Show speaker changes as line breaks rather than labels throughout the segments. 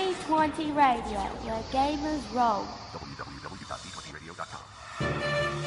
D20 Radio, where gamers roll.
www.d20radio.com.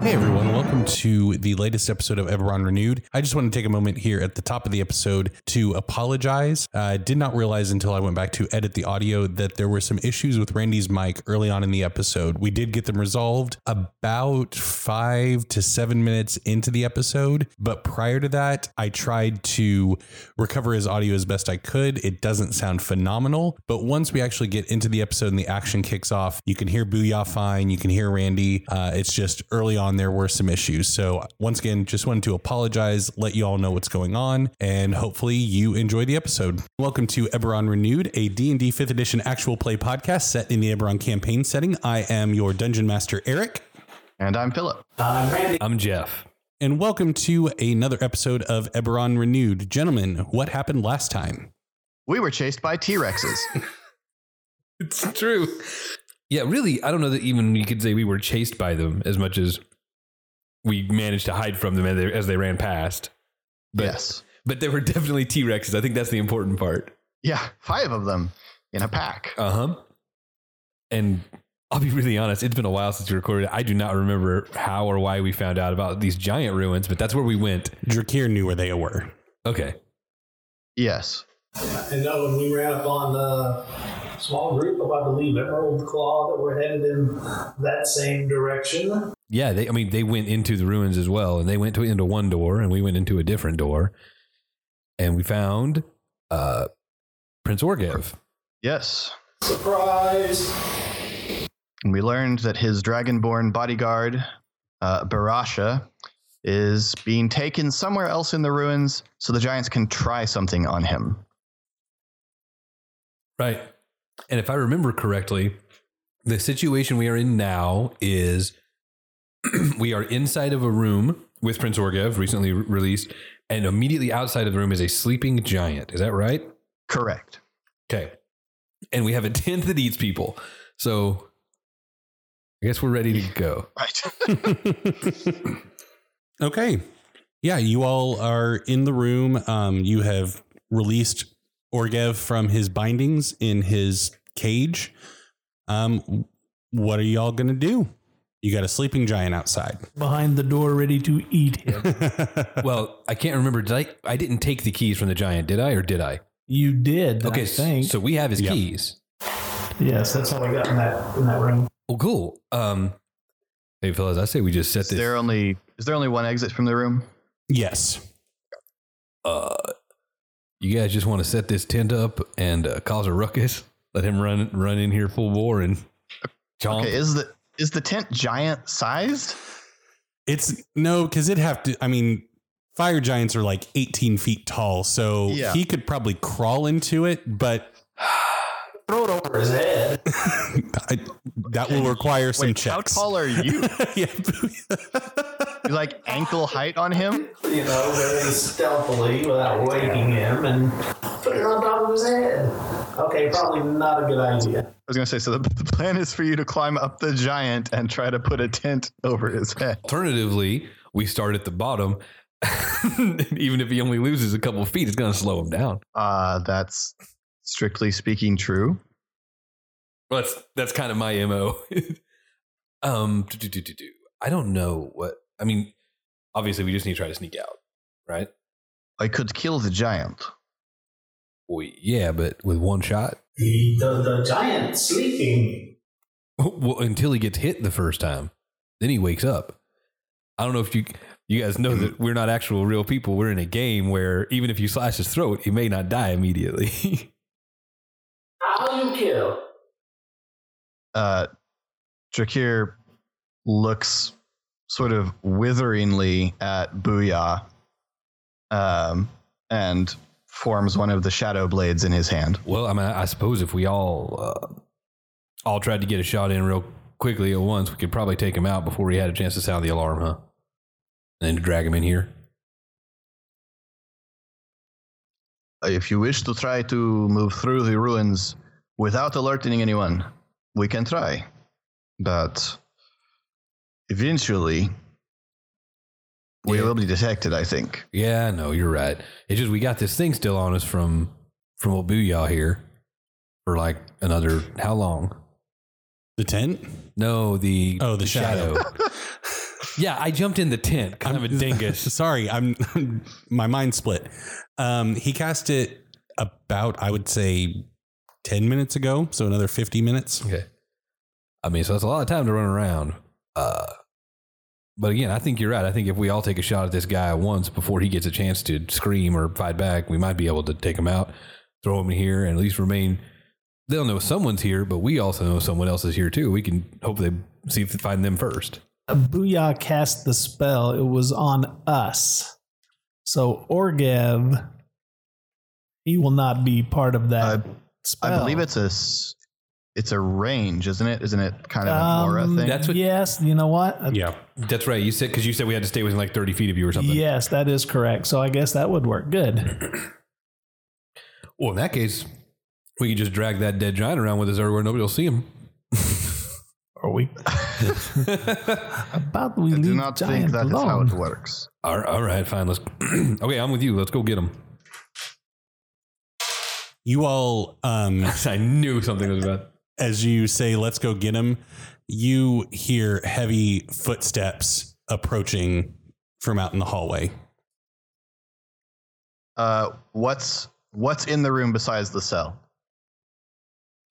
Hey everyone, welcome to the latest episode of Everon Renewed. I just want to take a moment here at the top of the episode to apologize. I did not realize until I went back to edit the audio that there were some issues with Randy's mic early on in the episode. We did get them resolved about five to seven minutes into the episode, but prior to that, I tried to recover his audio as best I could. It doesn't sound phenomenal, but once we actually get into the episode and the action kicks off, you can hear Booyah fine, you can hear Randy. Uh, it's just early on there were some issues. So once again, just wanted to apologize, let you all know what's going on, and hopefully you enjoy the episode. Welcome to Eberron Renewed, a D&D 5th edition actual play podcast set in the Eberron campaign setting. I am your dungeon master Eric.
And I'm Philip.
I'm Jeff.
And welcome to another episode of Eberron Renewed. Gentlemen, what happened last time?
We were chased by T Rexes.
It's true. Yeah, really, I don't know that even you could say we were chased by them as much as we managed to hide from them as they, as they ran past. But,
yes.
But there were definitely T Rexes. I think that's the important part.
Yeah, five of them in a pack.
Uh huh. And I'll be really honest, it's been a while since we recorded. I do not remember how or why we found out about these giant ruins, but that's where we went.
Drakir knew where they were.
Okay.
Yes.
And no, when we ran up on the small group of, I believe, Emerald Claw that were headed in that same direction.
Yeah, they, I mean, they went into the ruins as well, and they went to, into one door, and we went into a different door, and we found uh, Prince Orgev.
Yes.
Surprise!
And we learned that his dragonborn bodyguard, uh, Barasha, is being taken somewhere else in the ruins so the giants can try something on him.
Right. And if I remember correctly, the situation we are in now is we are inside of a room with Prince Orgev, recently re- released, and immediately outside of the room is a sleeping giant. Is that right?
Correct.
Okay. And we have a tent that eats people. So I guess we're ready to go.
Right.
Okay. Yeah, you all are in the room. Um, you have released Orgev from his bindings in his cage. Um, what are y'all going to do? You got a sleeping giant outside.
behind the door ready to eat him.
well, I can't remember. Did I? I didn't take the keys from the giant, did I? Or did I?
You did.
Okay.
I think.
So we have his
Yeah.
keys.
yes,
Yes, that's how we got in that in that room.
Well, cool. Um, hey, fellas, I say we just set
is
this.
there only is there only one exit from the room?
yes.
uh, you guys just want to set this tent up and uh, cause a ruckus? Let him run run in here full bore and chomp.
Okay, is the is the tent giant sized?
It's no, because it'd have to. I mean, fire giants are like 18 feet tall. So
Yeah.
he could probably crawl into it, but
Throw it over his head.
I, that will require some
Wait,
checks.
how tall are you?
yeah.
You like ankle height on him?
You know, very stealthily without waking him and put it on top of his head. Okay, probably not a good idea.
I was gonna say, so the, the plan is for you to climb up the giant and try to put a tent over his head.
Alternatively, we start at the bottom. Even if he only loses a couple feet, it's going to slow him down.
Uh, that's strictly speaking true.
Well, that's that's kind of my mo. um, do, do, do, do, do. I don't know what I mean. Obviously, we just need to try to sneak out, right?
I could kill the giant.
Well, yeah, but with one shot
The the, the giant sleeping.
well, until he gets hit the first time, then he wakes up. I don't know if you you guys know that we're not actual real people. We're in a game where even if you slash his throat, he may not die immediately.
How you kill?
Uh, Drakir looks sort of witheringly at Booyah um, and forms one of the shadow blades in his hand.
well, I mean, I suppose if we all uh, all tried to get a shot in real quickly at once, we could probably take him out before he had a chance to sound the alarm, huh? And then drag him in here.
If you wish to try to move through the ruins without alerting anyone, we can try. But Eventually, we
Yeah.
will be detected, I think.
Yeah, no, you're right. It's just we got this thing still on us from from old Booyah here for like another how long?
The tent?
No, the
Oh, the shadow.
yeah, I jumped in the tent. Kind of a dingus.
Sorry, I'm my mind split. Um, he cast it about, I would say, ten minutes ago, so another fifty minutes.
okay. I mean, so that's a lot of time to run around. Uh, but again, I think you're right. I think if we all take a shot at this guy once before he gets a chance to scream or fight back, we might be able to take him out, throw him in here, and at least remain. They'll know someone's here, but we also know someone else is here too. We can hope they see if find them first.
Booyah cast the spell. It was on us. So Orgev, he will not be part of that
Uh,
spell.
I believe it's a s- it's a range, isn't it? Isn't it kind of an aura
Um,
thing?
That's what-
yes, you know what? Uh,
Yeah.
That's right. You said because you said we had to stay within like thirty feet of you or something.
yes, that is correct. So I guess that would work. Good.
Well, in that case, we can just drag that dead giant around with us everywhere. Nobody will see him.
Or we about we
I
leave
do
the
not think
giant
that is how
alone.
it works.
all, right, all right, fine. Let's. okay, I'm with you. Let's go get him.
You all, um,
I knew something was about.
as you say, let's go get him. You hear heavy footsteps approaching from out in the hallway.
Uh, what's what's in the room besides the cell?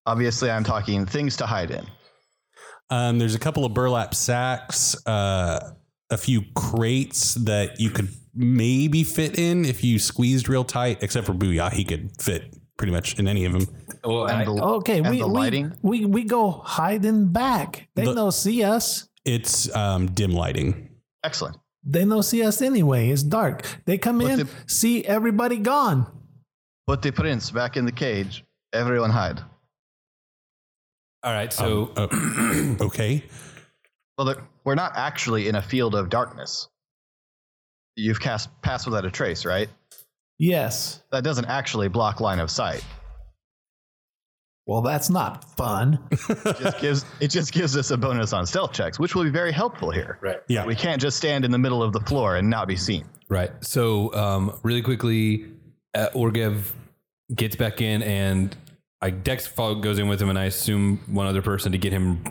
Obviously, I'm talking things to hide in.
Um, there's a couple of burlap sacks, uh, a few crates that you could maybe fit in if you squeezed real tight, except for Booyah. He could fit pretty much in any of them.
Well, I, Oh.
And the-
Okay,
And
we,
the
we,
lighting?
we we go hiding back. They
The-
no see us.
It's um, dim lighting.
excellent.
They no see us anyway. It's dark. They come
But
in,
the-
see everybody gone.
Put the prince back in the cage. Everyone hide.
all right. So
Um, Okay.
Well, there- we're not actually in a field of darkness. You've cast pass without a trace, right?
Yes.
That doesn't actually block line of sight.
Well, that's not fun.
It just gives it just gives us a bonus on stealth checks, which will be very helpful here.
right,
Yeah.
We can't just stand in the middle of the floor and not be seen.
right. So um, really quickly, uh, Orgev gets back in, and I Dex Fog goes in with him, and I assume one other person to get him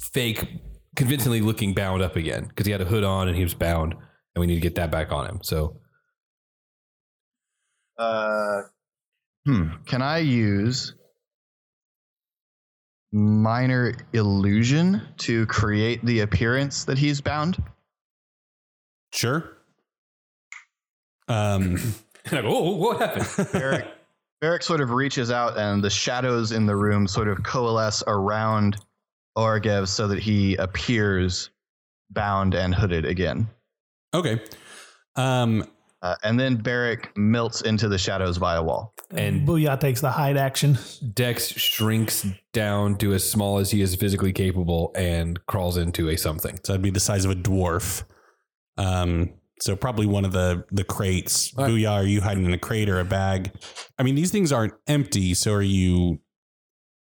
fake, convincingly looking bound up again because he had a hood on and he was bound, and we need to get that back on him. So
Uh, hmm. Can I use minor illusion to create the appearance that he's bound?
Sure. Um,
And I go, oh, what happened?
Eric, Eric sort of reaches out, and the shadows in the room sort of coalesce around Orgev so that he appears bound and hooded again.
okay. Um,
Uh, and then Barrick melts into the shadows by a wall.
and
Booyah takes the hide action.
Dex shrinks down to as small as he is physically capable and crawls into a something.
so that'd be the size of a dwarf. Um, so probably one of the the crates.
All right.
Booyah, are you hiding in a crate or a bag? I mean, these things aren't empty. So are you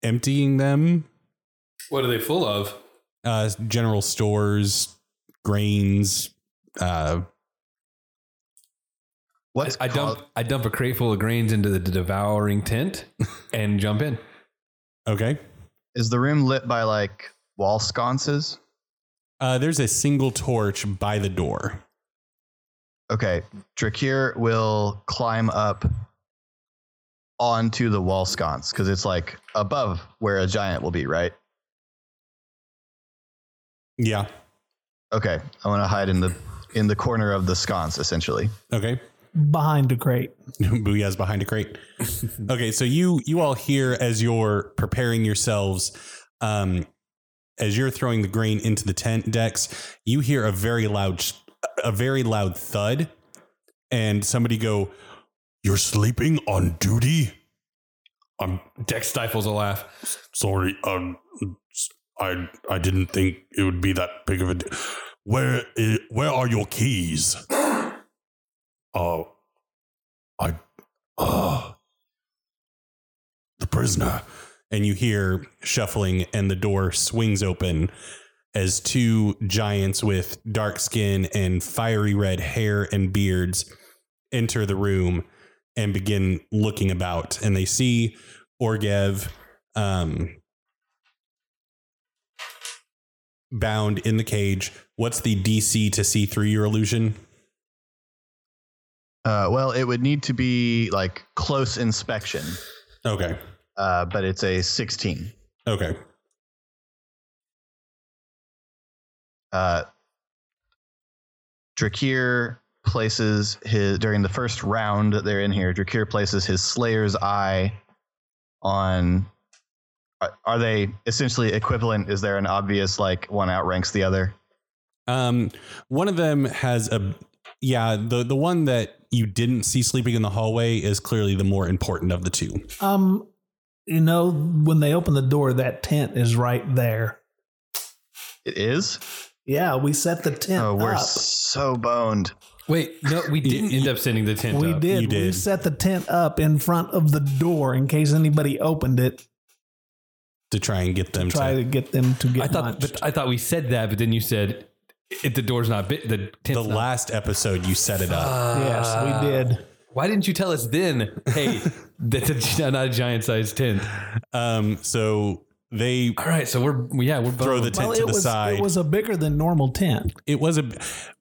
emptying them?
What are they full of?
Uh, general stores, grains. Uh,
What's
I
cau-
dump I dump a crate full of grains into the devouring tent and jump in.
okay.
is the room lit by like wall sconces?
Uh, there's a single torch by the door.
Okay, Drakir will climb up onto the wall sconce because it's like above where a giant will be, right?
Yeah.
Okay, I want to hide in the in the corner of the sconce essentially.
Okay.
behind the crate.
Booyah's behind a crate. okay, so you you all hear as you're preparing yourselves, um, as you're throwing the grain into the tent decks, you hear a very loud sh- a very loud thud, and somebody go, "You're sleeping on duty."
Um, Dex stifles a laugh.
Sorry, um, I I didn't think it would be that big of a. D- where i- where are your keys? Oh, I. Uh, the prisoner.
and you hear shuffling and the door swings open as two giants with dark skin and fiery red hair and beards enter the room and begin looking about. And they see Orgev um, bound in the cage. What's the DC to see through your illusion?
Uh, well, it would need to be like close inspection,
Okay.
uh, but it's a 16.
Okay.
Uh, Drakir places his during the first round that they're in here. Drakir places his Slayer's eye on. Are, are they essentially equivalent? Is there an obvious like one outranks the other?
Um, one of them has a yeah. The the one that you didn't see sleeping in the hallway is clearly the more important of the two.
Um, you know, when they open the door, that tent is right there.
It is.
Yeah, we set the tent
Oh, we're
up.
so boned.
Wait, no, we didn't end up sending the tent
we
up.
did.
You
We
did.
set the tent up in front of the door in case anybody opened it.
To try and get them
Try
to
to get them to get
I thought,
punched.
but I thought we said that, but then you said it, the door's not bit. The
the
tent's not.
last episode you set it up.
yes, we did.
Why didn't you tell us then? Hey, that's a, gi- not a giant sized tent.
Um, so they
All right, so we're yeah we're
throw the
boned.
tent to
it
the
was
side.
it was a bigger than normal tent.
It was a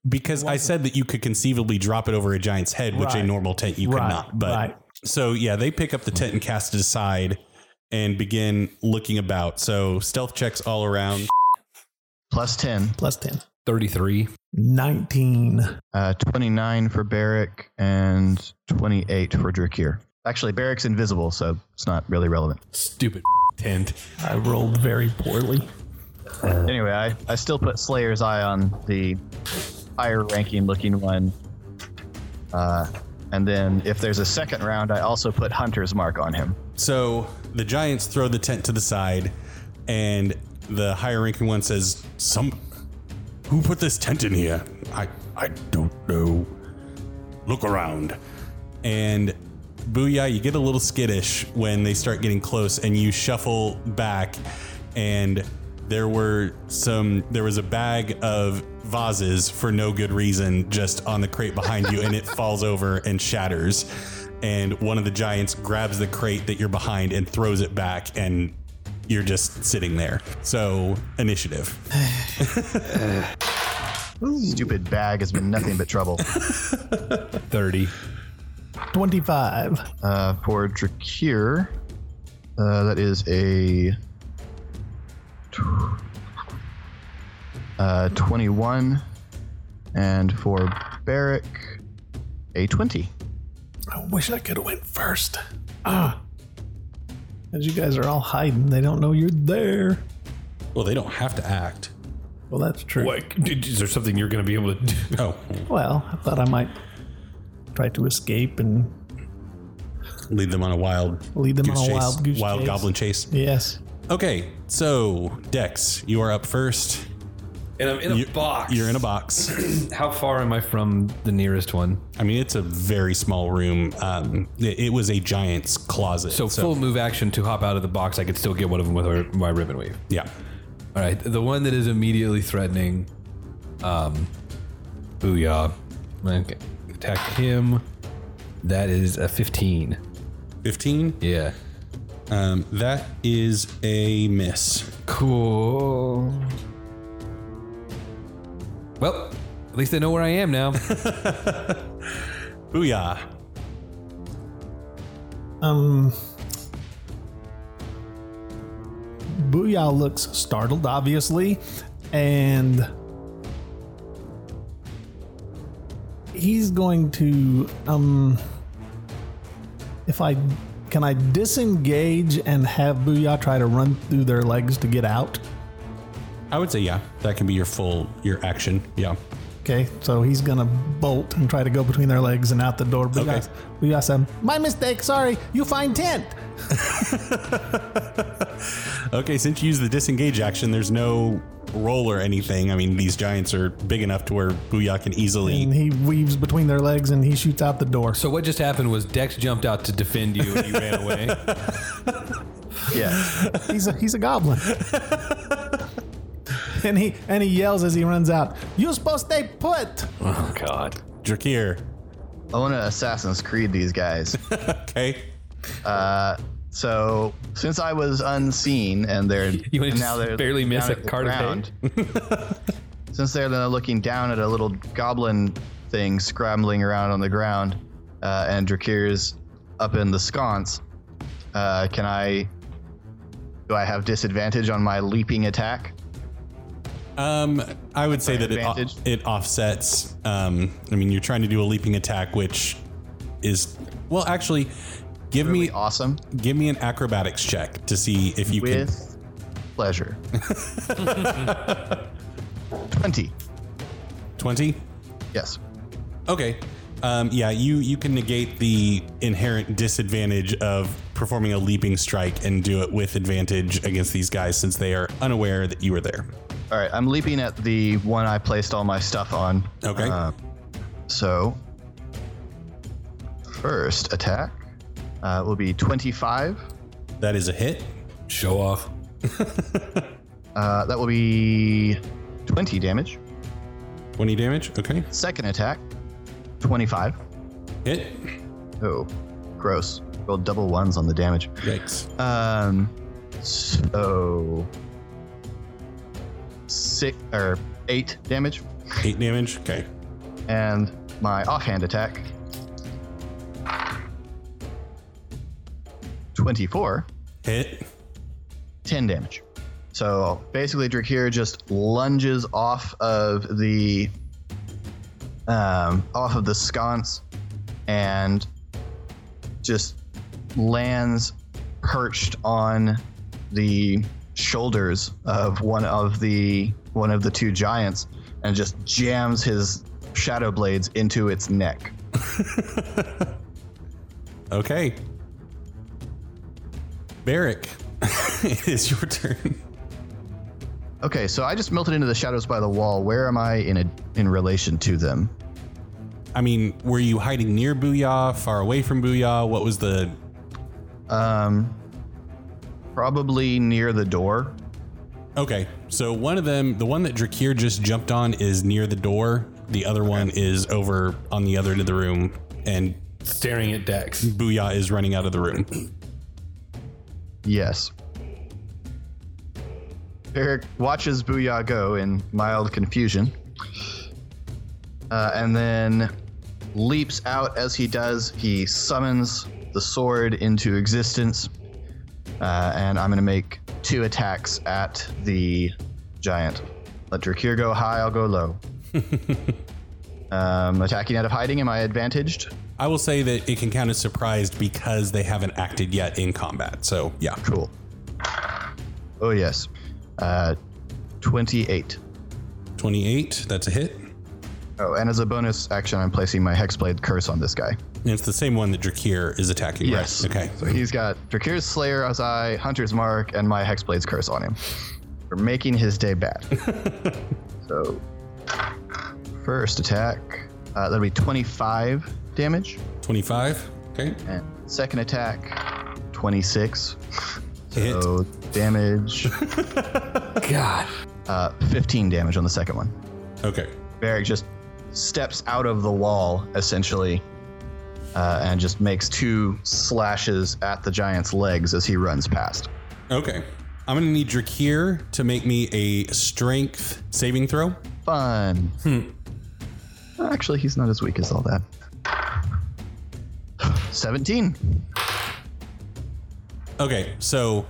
because I said that you could conceivably drop it over a giant's head, which a
Right.
normal tent you could
Right,
not. But
right.
so yeah, they pick up the tent and cast it aside and begin looking about. So stealth checks all around.
Plus 10.
Plus 10.
thirty three.
19.
Uh, 29 for Barrick and 28 for Drakir. Actually, Barrick's invisible, so it's not really relevant.
Stupid tent.
I rolled very poorly.
Anyway, I, I still put Slayer's Eye on the higher ranking looking one. Uh, and then if there's a second round, I also put Hunter's Mark on him.
So the giants throw the tent to the side, and the higher ranking one says,
Some. Who put this tent in here? I I don't know. Look around.
and booyah, you get a little skittish when they start getting close, and you shuffle back, and there were some there was a bag of vases for no good reason just on the crate behind you and it falls over and shatters and one of the giants grabs the crate that you're behind and throws it back and you're just sitting there so initiative
Stupid bag has been nothing but trouble.
Thirty.
25.
Uh, for Drakir, uh, that is a tw- uh, 21. And for Barrick, a 20.
I wish I could have went first. Ah. As you guys are all hiding, they don't know you're there.
well they don't have to act
Well, that's true.
What is there something you're going to be able to do?
oh
Well, I thought I might try to escape and
lead them on a wild
lead them
goose
on a
chase
wild goose
wild
chase.
goblin chase
Yes.
Okay, so Dex, you are up first.
And I'm in a
You-
box.
You're in a box.
How far am I from the nearest one?
I mean, it's a very small room. Um, it, it was a giant's closet.
So, full move action to hop out of the box. I could still get one of them with our, my ribbon wave.
yeah,
All right, the one that is immediately threatening. Um, booyah! Okay, attack him. That is a fifteen.
fifteen.
Yeah.
Um, that is a miss.
Cool. Well, at least I know where I am now.
Booyah!
Um. Booyah looks startled, obviously, and he's going to um. If I can, I disengage and have Booyah try to run through their legs to get out.
I would say yeah. That can be your full your action. Yeah.
Okay, so he's gonna bolt and try to go between their legs and out the door. But
Okay.
guys, we got some. My mistake. Sorry. You find tent.
Okay, since you use the disengage action, there's no roll or anything. I mean, these giants are big enough to where Booyah can easily.
And he weaves between their legs and he shoots out the door.
so what just happened was Dex jumped out to defend you, and you ran away.
Yeah.
He's a he's a goblin. and he and he yells as he runs out. You're supposed to stay put.
Oh God.
Drakir.
I want to Assassin's Creed these guys.
Okay.
Uh, so since I was unseen and they're
You wanna
now
just
they're
barely miss
down
a
at the
card of
ground, since they're now looking down at a little goblin thing scrambling around on the ground, uh, and Drakir's up in the sconce, uh, can I? Do I have disadvantage on my leaping attack?
Um, I would say that it, o-
Advantage.
it offsets. Um, I mean, you're trying to do a leaping attack, which is well, actually, give me
Awesome.
give me an acrobatics check to see if you can.
With pleasure. 20.
20
Yes.
okay um, yeah you you can negate the inherent disadvantage of performing a leaping strike and do it with advantage against these guys since they are unaware that you were there
All right, I'm leaping at the one I placed all my stuff on.
Okay.
Uh, so, first attack uh, will be 25.
that is a hit
Show off.
Uh, that will be 20 damage.
20 damage okay
Second attack, 25.
hit
Oh, gross. Rolled double ones on the damage.
yikes
Um, so six or eight damage,
8 damage okay
and my offhand attack. Twenty-four.
hit
10 damage. So basically, Drakir just lunges off of the um, off of the sconce and just lands perched on the shoulders of one of the one of the two giants and just jams his shadow blades into its neck.
okay Barrick, it is your turn.
Okay, so I just melted into the shadows by the wall. Where am I in a, in relation to them?
I mean, were you hiding near Booyah, far away from Booyah? What was the
Um, probably near the door.
Okay, so one of them, the one that Drakir just jumped on, is near the door. The other one is over on the other end of the room, and
Staring at Dex.
Booyah is running out of the room.
Yes. Eric watches Booyah go in mild confusion, uh, and then leaps out as he does. He summons the sword into existence, uh, and I'm going to make two attacks at the giant. Let Drakir go high. I'll go low. um, attacking out of hiding. Am I advantaged?
I will say that it can count as surprised because they haven't acted yet in combat. So yeah,
Cool. Oh yes, uh, twenty-eight.
twenty-eight. That's a hit.
Oh, and as a bonus action, I'm placing my hexblade curse on this guy.
And it's the same one that Drakir is attacking. right?
Yes.
Okay.
So he's got Drakir's Slayer as I, Hunter's Mark, and my hexblade's curse on him. We're making his day bad. so, first attack, uh, that'll be 25 damage,
Twenty-five. Okay.
and second attack, 26.
Hit.
So damage,
God.
uh, 15 damage on the second one.
Okay.
Varric just steps out of the wall, essentially, uh, and just makes two slashes at the giant's legs as he runs past.
Okay. I'm gonna need Drakir to make me a strength saving throw.
Fun. Actually, he's not as weak as all that. 17.
Okay, so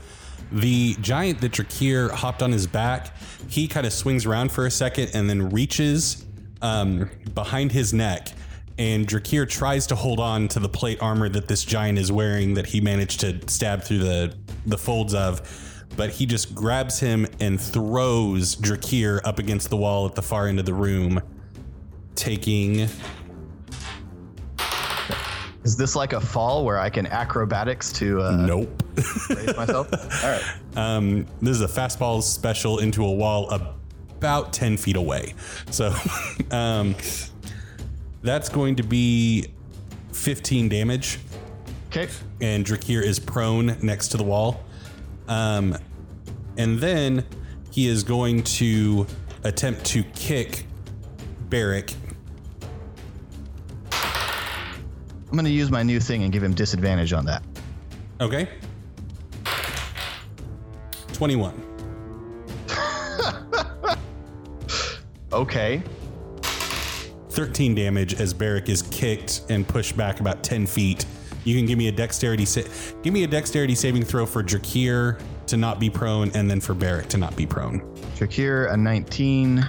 the giant that Drakir hopped on his back, he kind of swings around for a second and then reaches um, behind his neck. And Drakir tries to hold on to the plate armor that this giant is wearing that he managed to stab through the, the folds of. But he just grabs him and throws Drakir up against the wall at the far end of the room, taking.
Is this like a fall where I can acrobatics to uh,
Nope.
raise myself? All right.
Um, this is a fastball special into a wall about 10 feet away. So um, that's going to be 15 damage.
Okay.
And Drakir is prone next to the wall. Um, and then He is going to attempt to kick Barrick.
I'm going to use my new thing and give him disadvantage on that.
Okay. 21.
Okay.
13 damage as Barrick is kicked and pushed back about 10 feet. You can give me a dexterity sa- give me a dexterity saving throw for Drakir to not be prone and then for Barrick to not be prone.
Shakir, a 19.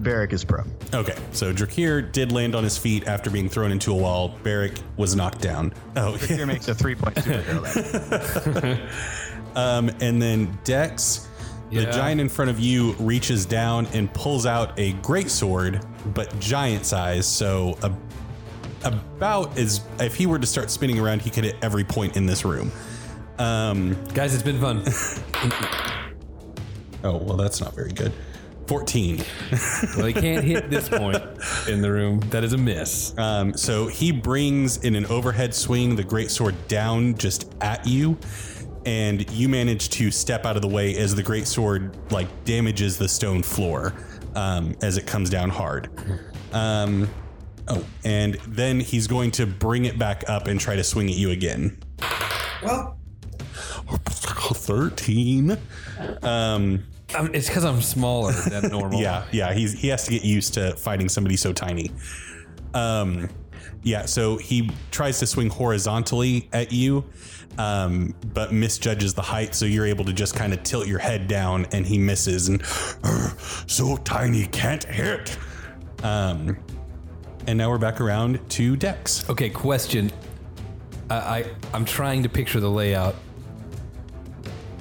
Barrick is pro.
Okay, so Drakir did land on his feet after being thrown into a wall. Barrick was knocked down. Oh,
Here makes a three point superhero. then.
Um, and then Dex, the
Yeah.
giant in front of you, reaches down and pulls out a great sword, but giant size. So a, about as if he were to start spinning around, he could hit every point in this room. Um,
Guys, it's been fun.
oh well, that's not very good. Fourteen.
well, he can't hit this point in the room. That is a miss.
Um, so he brings in an overhead swing the greatsword down just at you, and you manage to step out of the way as the greatsword like damages the stone floor um, as it comes down hard. Um, oh, and then he's going to bring it back up and try to swing at you again.
Well,
Thirteen. Um,
I'm, it's because I'm smaller than normal.
yeah, yeah. He's he has to get used to fighting somebody so tiny. Um, yeah. So he tries to swing horizontally at you, um, but misjudges the height. So you're able to just kind of tilt your head down, and he misses. And so tiny, can't hit. Um, and now we're back around to Dex.
Okay, question. I, I I'm trying to picture the layout.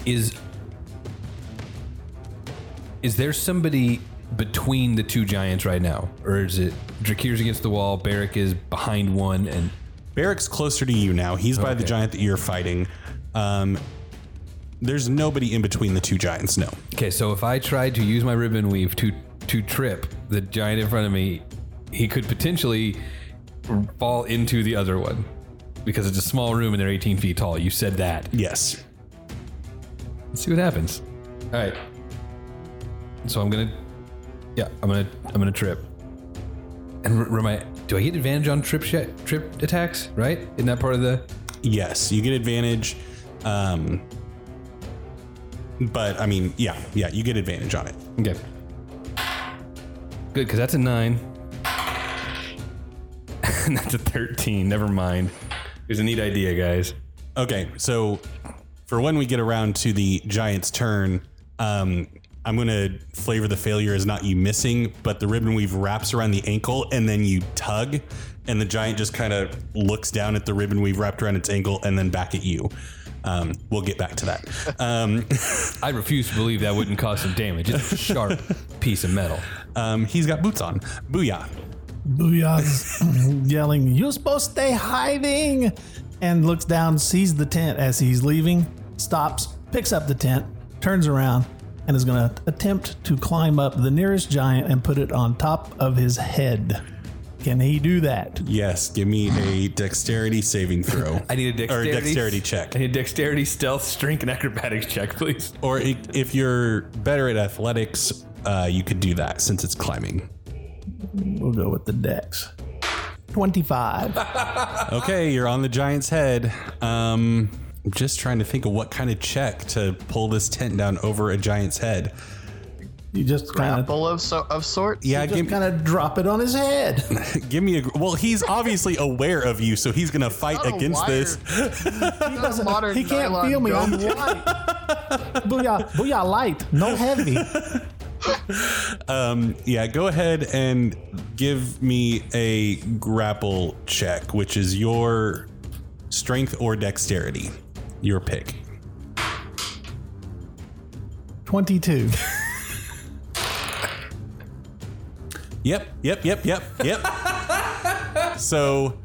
Is is there somebody between the two giants right now, or is it Drakir's against the wall, Barrick is behind one, and
Barrick's closer to you now. He's by the
Okay.
giant that you're fighting. Um, there's nobody in between the two giants. No.
okay? So if I tried to use my ribbon weave to to trip the giant in front of me, he could potentially fall into the other one because it's a small room and they're 18 feet tall. You said that.
Yes.
Let's see what happens. All right. So I'm gonna, yeah, I'm gonna, I'm gonna trip. And r- remind, do I get advantage on trip sh- trip attacks? Right? Isn't that part of the?
Yes, you get advantage. Um, but I mean, yeah, yeah, you get advantage on it.
Okay. Good, because that's a nine. and that's a thirteen. Never mind. It was a neat idea, guys.
Okay, so for when we get around to the Giants' turn, um, I'm gonna flavor the failure as not you missing, but the ribbon weave wraps around the ankle and then you tug, and the giant just kind of looks down at the ribbon weave wrapped around its ankle and then back at you. Um, we'll get back to that. Um,
I refuse to believe that wouldn't cause some damage. It's a sharp piece of metal.
um, he's got boots on. Booyah!
Booyah's yelling, You're supposed to stay hiding! And looks down, sees the tent as he's leaving, stops, picks up the tent, turns around, and is going to attempt to climb up the nearest giant and put it on top of his head. Can he do that?
Yes, give me a dexterity saving throw.
I need a dexterity,
or a dexterity check.
I need a dexterity, stealth, strength, and acrobatics check, please.
Or i- if you're better at athletics, uh, you could do that since it's climbing.
We'll go with the dex. 25.
Okay, you're on the giant's head. Um, I'm just trying to think of what kind of check to pull this tent down over a giant's head.
You just kind of.
Grapple of, so, of sorts?
Yeah,
Just
give,
kind of drop it on his head.
give me a. gr- Well, he's obviously aware of you, so he's gonna fight
not a
against this.
He, doesn't,
He can't feel me. I'm light. booyah, booyah, light. No heavy.
Um, yeah, go ahead and give me a grapple check, which is your strength or dexterity, your pick.
22.
Yep, yep, yep, yep, yep. so,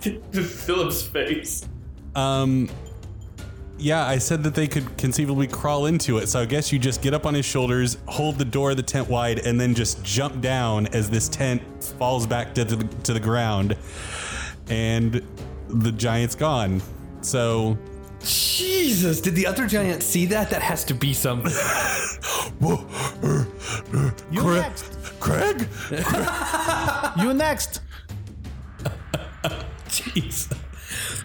Philip's face.
um, yeah, I said that they could conceivably crawl into it. So I guess you just get up on his shoulders, hold the door of the tent wide, and then just jump down as this tent falls back to the, to the ground, and the giant's gone. So
Jesus, did the other giant see that? That has to be something.
Whoa, uh, uh,
You
Cra-
next.
Craig?
You next.
Jeez.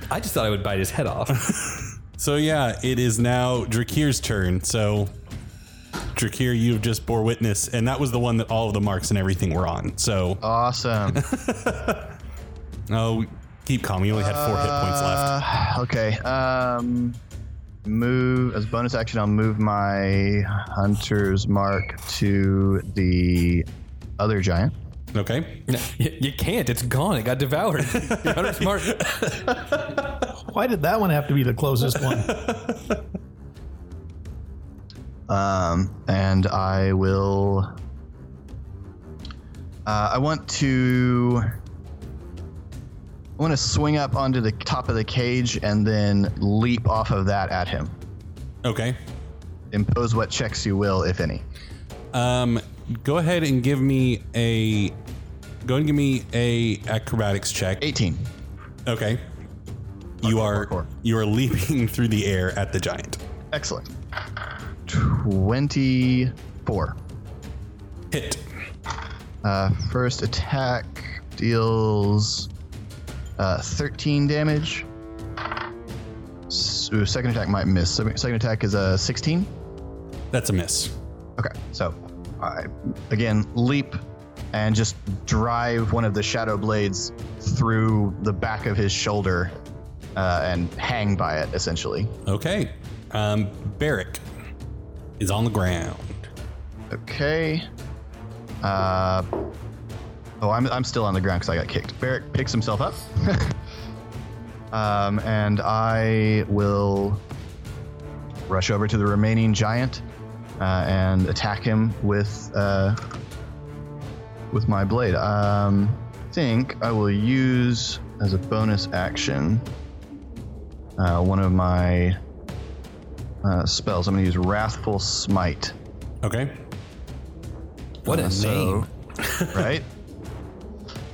I just thought I would bite his head off.
So yeah, it is now Drakir's turn. So Drakir, you've just bore witness, and that was the one that all of the marks and everything were on. So
Awesome.
oh, keep calm. You only had four hit points left.
Uh, okay. Um, move as bonus action. I'll move my hunter's mark to the other giant.
Okay.
you, you can't. It's gone. It got devoured. Your hunter's mark.
Why did that one have to be the closest one?
Um, and I will. Uh, I want to. I want to swing up onto the top of the cage and then leap off of that at him.
Okay.
Impose what checks you will, if any.
Um, go ahead and give me a go and give me a acrobatics check.
18.
Okay. You are
parkour.
you are leaping through the air at the giant.
Excellent. 24.
Hit.
Uh, first attack deals uh, 13 damage. S- ooh, second attack might miss. Second second attack is a 16.
That's a miss.
Okay, so I again leap and just drive one of the shadow blades through the back of his shoulder uh, and hang by it essentially.
Okay. Um, Barrick is on the ground.
Okay. Uh, oh, I'm, I'm still on the ground because I got kicked. Barrick picks himself up. um, and I will rush over to the remaining giant uh, and attack him with uh, with my blade. Um, I think I will use as a bonus action uh, one of my uh, spells. I'm going to use Wrathful Smite.
Okay.
What a name.
right?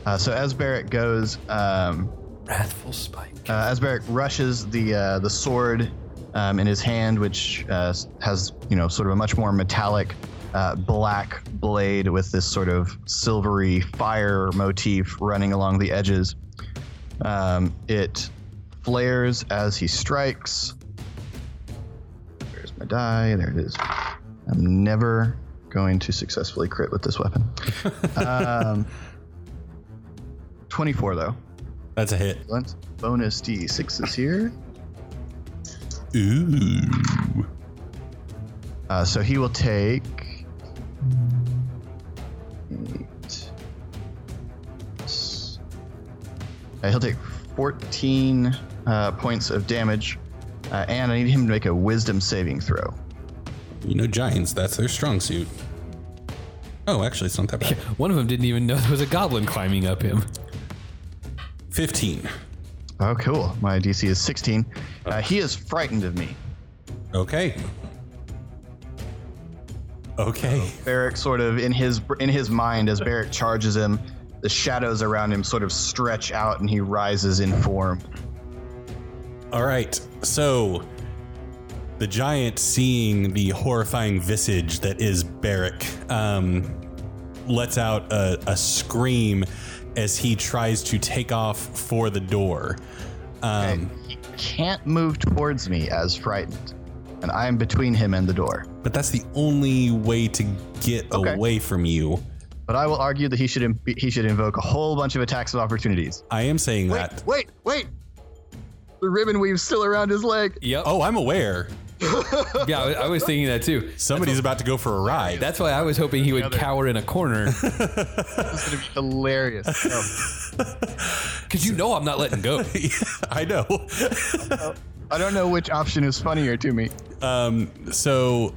Uh, so as Barrett goes, um,
Wrathful Spike.
uh, as Barrett rushes the uh, the sword um, in his hand, which uh, s- has you know sort of a much more metallic uh, black blade with this sort of silvery fire motif running along the edges. Um, it flares as he strikes. There's my die. There it is. I'm never going to successfully crit with this weapon. um, 24 though.
That's a hit.
Excellent. Bonus D6 is here.
Ooh.
Uh, so he will take. Eight. s- uh, he'll take 14 uh, points of damage. Uh, and I need him to make a wisdom saving throw.
You know giants, that's their strong suit. Oh, actually it's not that bad.
One of them didn't even know there was a goblin climbing up him.
Fifteen.
Oh, cool. My DC is 16. Uh, he is frightened of me.
Okay. Okay.
Barrick sort of in his in his mind as Barrick charges him, the shadows around him sort of stretch out and he rises in form.
All right. So the giant, seeing the horrifying visage that is Barrick, um, lets out a, a scream as he tries to take off for the door. Um,
he can't move towards me as frightened, and I am between him and the door.
But that's the only way to get
Okay.
away from you.
But I will argue that he should Im- he should invoke a whole bunch of attacks of opportunities.
I am saying
Wait,
that.
wait, wait! The ribbon weave's still around his leg.
Yep.
Oh, I'm aware.
yeah, I, I was thinking that too.
Somebody's about to go for a ride.
That's why I was hoping he would cower in a corner
That's gonna be hilarious. Oh.
because you know I'm not letting go.
I know.
I don't know which option is funnier to me.
Um, so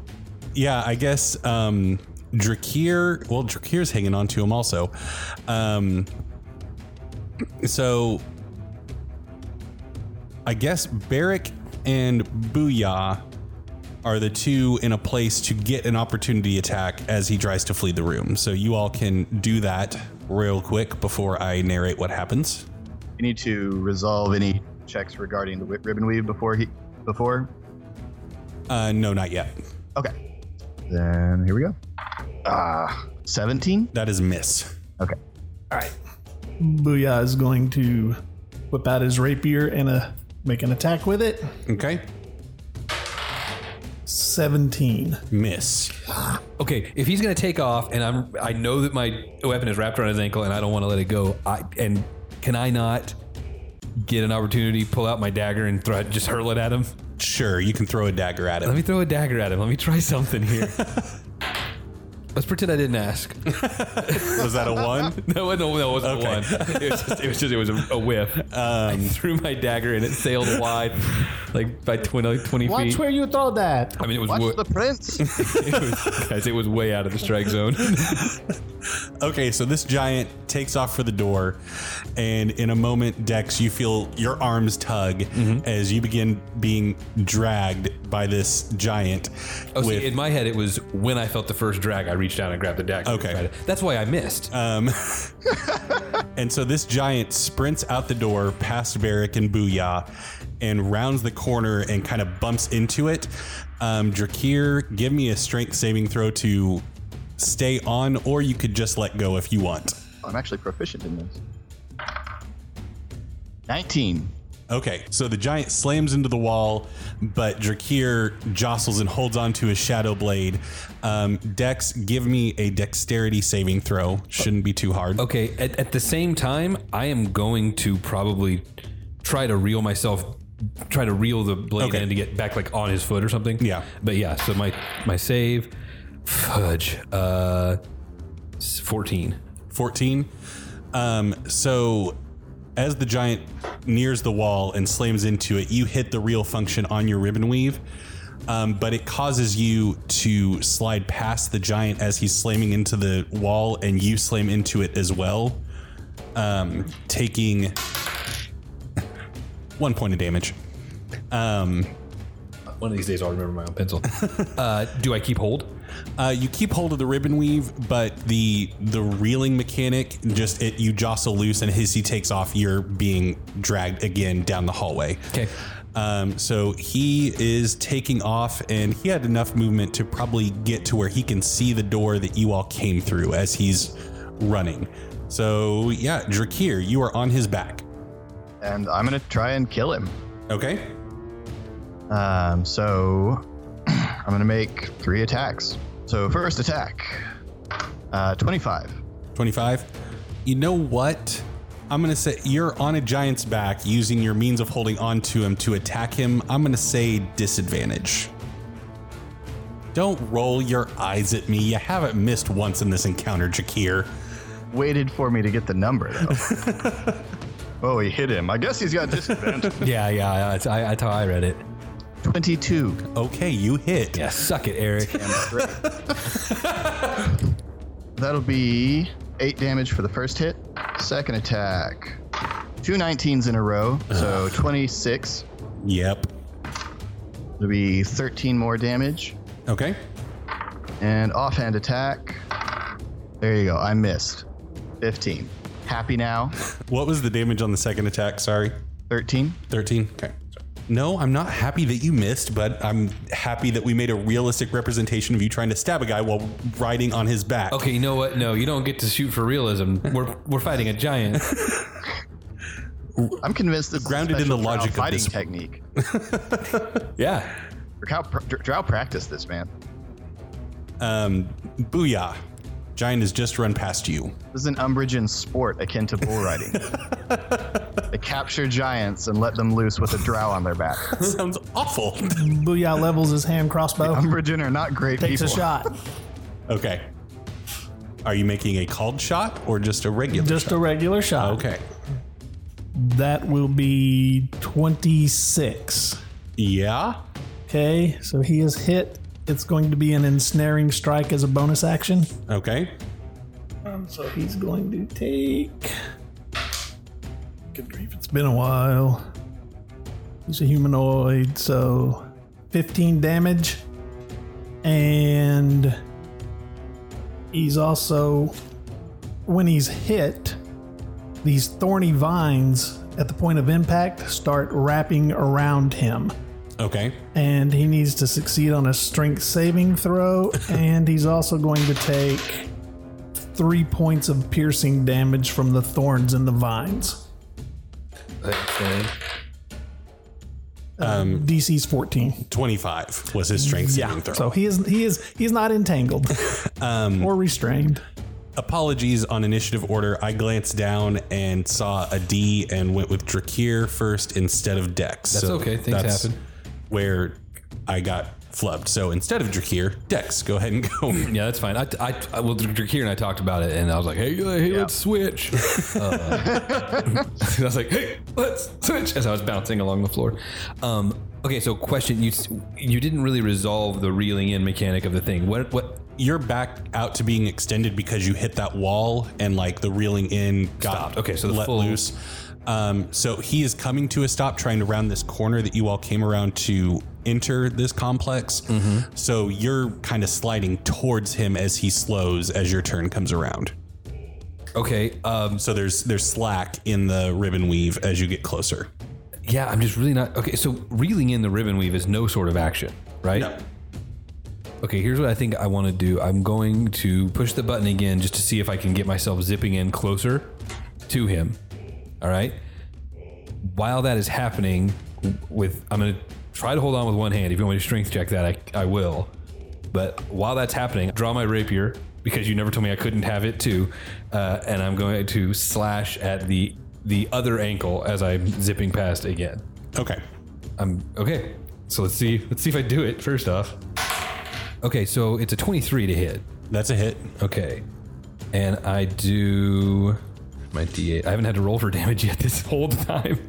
yeah, I guess um Drakir well Drakir's hanging on to him also. Um so I guess Barrick and Booyah are the two in a place to get an opportunity attack as he tries to flee the room. So you all can do that real quick before I narrate what happens.
We need to resolve any checks regarding the wi- ribbon weave before he before?
Uh, no, not yet.
Okay. Then here we go. Ah, 17?
That is miss.
Okay.
Booyah is going to whip out his rapier and uh make an attack with it.
Okay.
17.
Miss.
Okay, if he's gonna take off, and I'm, I know that my weapon is wrapped around his ankle, and I don't want to let it go. I and can I not get an opportunity, pull out my dagger, and throw, just hurl it at him?
Sure, you can throw a dagger at
Let
him.
me throw a dagger at him. Let me try something here. Let's pretend I didn't ask.
Was that a one?
No, no, no, it wasn't
Okay.
one. It was just, it was, just, it was a, a whiff. Um, I threw my dagger and it sailed wide, like by 20, 20 feet.
you throw that.
I mean, it was,
Watch
wo-
the prince.
it was guys, it was way out of the strike zone.
Okay, so this giant takes off for the door, and in a moment, Dex, you feel your arms tug
Mm-hmm.
as you begin being dragged by this giant.
Oh,
with-
see, in my head, it was when I felt the first drag, I reached down and grabbed the dagger.
Okay.
Tried it. that's why I missed.
Um, and so this giant sprints out the door past Varric and Booyah and rounds the corner and kind of bumps into it. Um, Drakir, give me a strength saving throw to stay on, or you could just let go if you want.
I'm actually proficient in this. 19.
Okay, so the giant slams into the wall, but Drakir jostles and holds onto his shadow blade. Um, Dex, give me a dexterity saving throw. Shouldn't be too hard.
okay, at, at the same time, I am going to probably try to reel myself, try to reel the blade
Okay.
in to get back like on his foot or something.
Yeah.
But yeah, so my my save, fudge, uh, s- fourteen.
14. Um, so as the giant nears the wall and slams into it, you hit the reel function on your ribbon weave, um, but it causes you to slide past the giant as he's slamming into the wall, and you slam into it as well, um, taking one point of damage. Um,
One of these days, I'll remember my own pencil. uh, do I keep hold?
Uh, you keep hold of the ribbon weave, but the the reeling mechanic just it you jostle loose, and as he takes off, you're being dragged again down the hallway.
Okay.
Um, so he is taking off, and he had enough movement to probably get to where he can see the door that you all came through as he's running. So yeah, Drakir, you are on his back.
And I'm going to try and kill him.
Okay.
Um, so I'm going to make three attacks. So, first attack uh, 25.
25. You know what? I'm going to say you're on a giant's back using your means of holding on to him to attack him. I'm going to say disadvantage. Don't roll your eyes at me. You haven't missed once in this encounter, Jakir.
Waited for me to get the number, though. oh, he hit him. I guess he's got disadvantage.
Yeah, yeah, yeah. That's, I, that's how I read it.
22.
Okay, you hit.
Yeah, suck it, Eric.
That'll be eight damage for the first hit. Second attack. Two 19s in a row, so 26.
Yep.
It'll be 13 more damage.
Okay.
And offhand attack. There you go. I missed. 15. Happy now.
What was the damage on the second attack? Sorry.
13.
13. Okay. No, I'm not happy that you missed, but I'm happy that we made a realistic representation of you trying to stab a guy while riding on his back.
Okay, you know what? No, you don't get to shoot for realism. We're we're fighting a giant.
I'm convinced this
Grounded
is
in
a
the
special drow
logic of
fighting
this-
technique.
yeah.
Drow, pr- drow practice this, man.
Um, booyah. Giant has just run past you.
This is an Umbrian sport akin to bull riding. they capture giants and let them loose with a drow on their back.
Sounds awful.
Booyah levels his hand crossbow,
Umbrian are not great
takes
people.
a shot.
Okay. Are you making a called shot or just a regular?
Just a regular shot.
okay.
That will be 26.
Yeah.
Okay, so he is hit. It's going to be an ensnaring strike as a bonus action.
Okay.
Um, so he's going to take. Good grief, it's been a while. He's a humanoid, so 15 damage. And he's also, when he's hit, these thorny vines at the point of impact start wrapping around him.
Okay.
and he needs to succeed on a strength saving throw, and he's also going to take three points of piercing damage from the thorns and the vines.
That's fine.
Um,
DC's Uh, fourteen.
25 was his strength saving throw.
So he is he is he's not entangled or restrained.
Apologies on initiative order. I glanced down and saw a D and went with Drakir first instead of Dex.
That's okay. Things happen.
Where I got flubbed. So instead of Drakir, Dex, go ahead and go.
Yeah, that's fine. I, I, I well, Drakir and I talked about it, and I was like, "Hey, uh, hey, let's switch." Uh, I was like, "Hey, let's switch," as I was bouncing along the floor. Um, okay, so question: you s- you didn't really resolve the reeling in mechanic of the thing. What what?
You're back out to being extended because you hit that wall and like the reeling in got
Stopped. Okay, so the
let
full-
loose. Um, so he is coming to a stop, trying to round this corner that you all came around to enter this complex.
Mm-hmm.
So you're kind of sliding towards him as he slows as your turn comes around.
Okay, um,
So there's there's slack in the ribbon weave as you get closer.
yeah, I'm just really not okay. So reeling in the ribbon weave is no sort of action, right? Okay, here's what I think I want to do. I'm going to push the button again just to see if I can get myself zipping in closer to him. All right. While that is happening, with I'm going to try to hold on with one hand. If you want me to strength check that, I, I will. But while that's happening, draw my rapier because you never told me I couldn't have it too, uh, and I'm going to slash at the the other ankle as I'm zipping past again.
Okay.
I'm okay. So let's see. Let's see if I do it first off. Okay, so it's a 23 to hit.
That's a hit.
Okay. And I do my D8. I haven't had to roll for damage yet this whole time.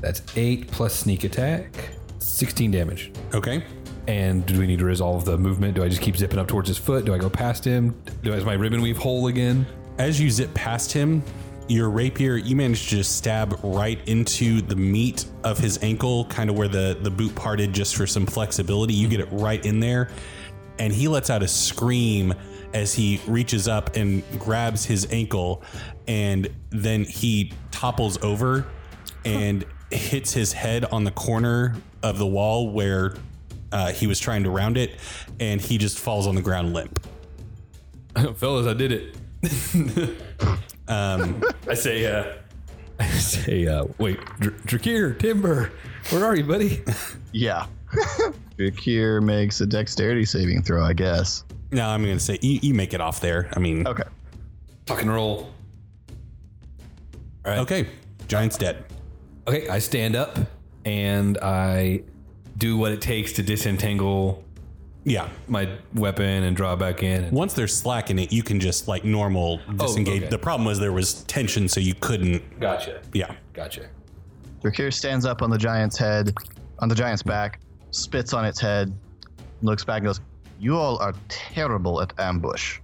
That's 8 plus sneak attack, 16 damage.
Okay.
And do we need to resolve the movement? Do I just keep zipping up towards his foot? Do I go past him? Do I, is my ribbon weave hole again?
As you zip past him, your rapier, you manage to just stab right into the meat of his ankle, kind of where the, the boot parted just for some flexibility. You get it right in there. And he lets out a scream as he reaches up and grabs his ankle. And then he topples over and hits his head on the corner of the wall where uh, he was trying to round it. And he just falls on the ground limp.
Fellas, I did it.
Um,
I say, uh, I say, uh, wait, Dr- Drakir, Timber, where are you, buddy?
Yeah. Drakir makes a dexterity saving throw, I guess.
No, I'm going to say you, you make it off there. I mean,
Okay.
Fucking roll.
okay, Giant's dead.
Okay, I stand up and I do what it takes to disentangle
Yeah.
my weapon and draw back in. And,
Once there's slack in it, you can just like normal disengage.
okay.
The problem was there was tension, so you couldn't.
gotcha.
Yeah.
Gotcha.
Drakir stands up on the giant's head, on the giant's back, spits on its head, looks back and goes, You all are terrible at ambush.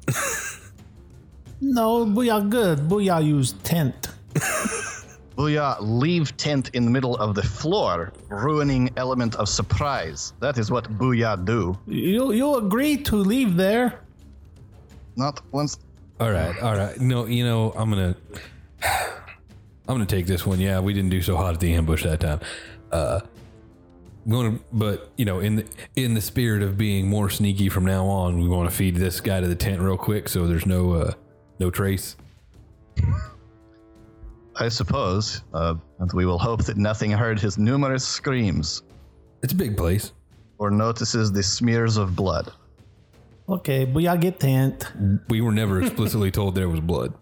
No, booyah good. Booyah use tent.
Booyah, leave tent in the middle of the floor, ruining element of surprise. That is what Booyah do.
You you agree to leave there?
Not once.
All right, all right. No, you know, I'm gonna I'm gonna take this one. Yeah, we didn't do so hot at the ambush that time. Uh going to but you know, in the in the spirit of being more sneaky from now on, we want to feed this guy to the tent real quick so there's no uh no trace.
I suppose, uh, and we will hope that nothing heard his numerous screams
It's a big place.
or notices the smears of blood.
Okay, booyah get tent.
We were never explicitly told there was blood.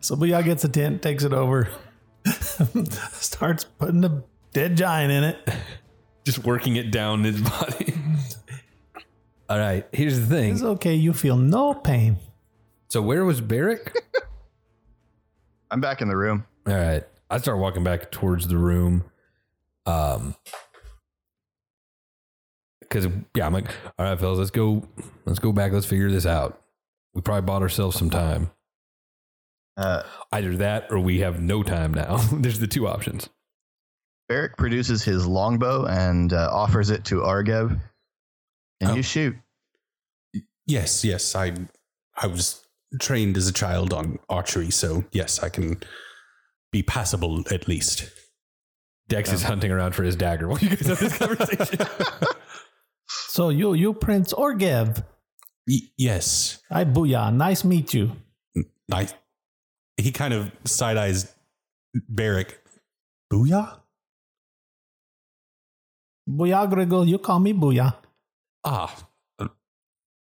So Booyah gets a tent, takes it over, starts putting a dead giant in it.
just working it down his body. All right, here's the
It's
thing.
okay. You feel no pain.
So where was Barrick?
I'm back in the room.
All right, I start walking back towards the room. Um, because yeah, I'm like, all right, fellas, let's go, let's go back, let's figure this out. We probably bought ourselves some time.
Uh,
Either that, or we have no time now. There's the two options.
Beric produces his longbow and uh, offers it to Argev. And
Oh.
you shoot.
Yes, yes. I I was trained as a child on archery, so yes, I can be passable at least.
Dex is hunting around for his dagger while you guys have this conversation.
So you, you Prince Orgev.
Y- yes.
I Booyah. Nice meet you.
I, he kind of side eyes Barrick. Booyah?
Booyah Grigol, you call me Booyah.
Ah, uh,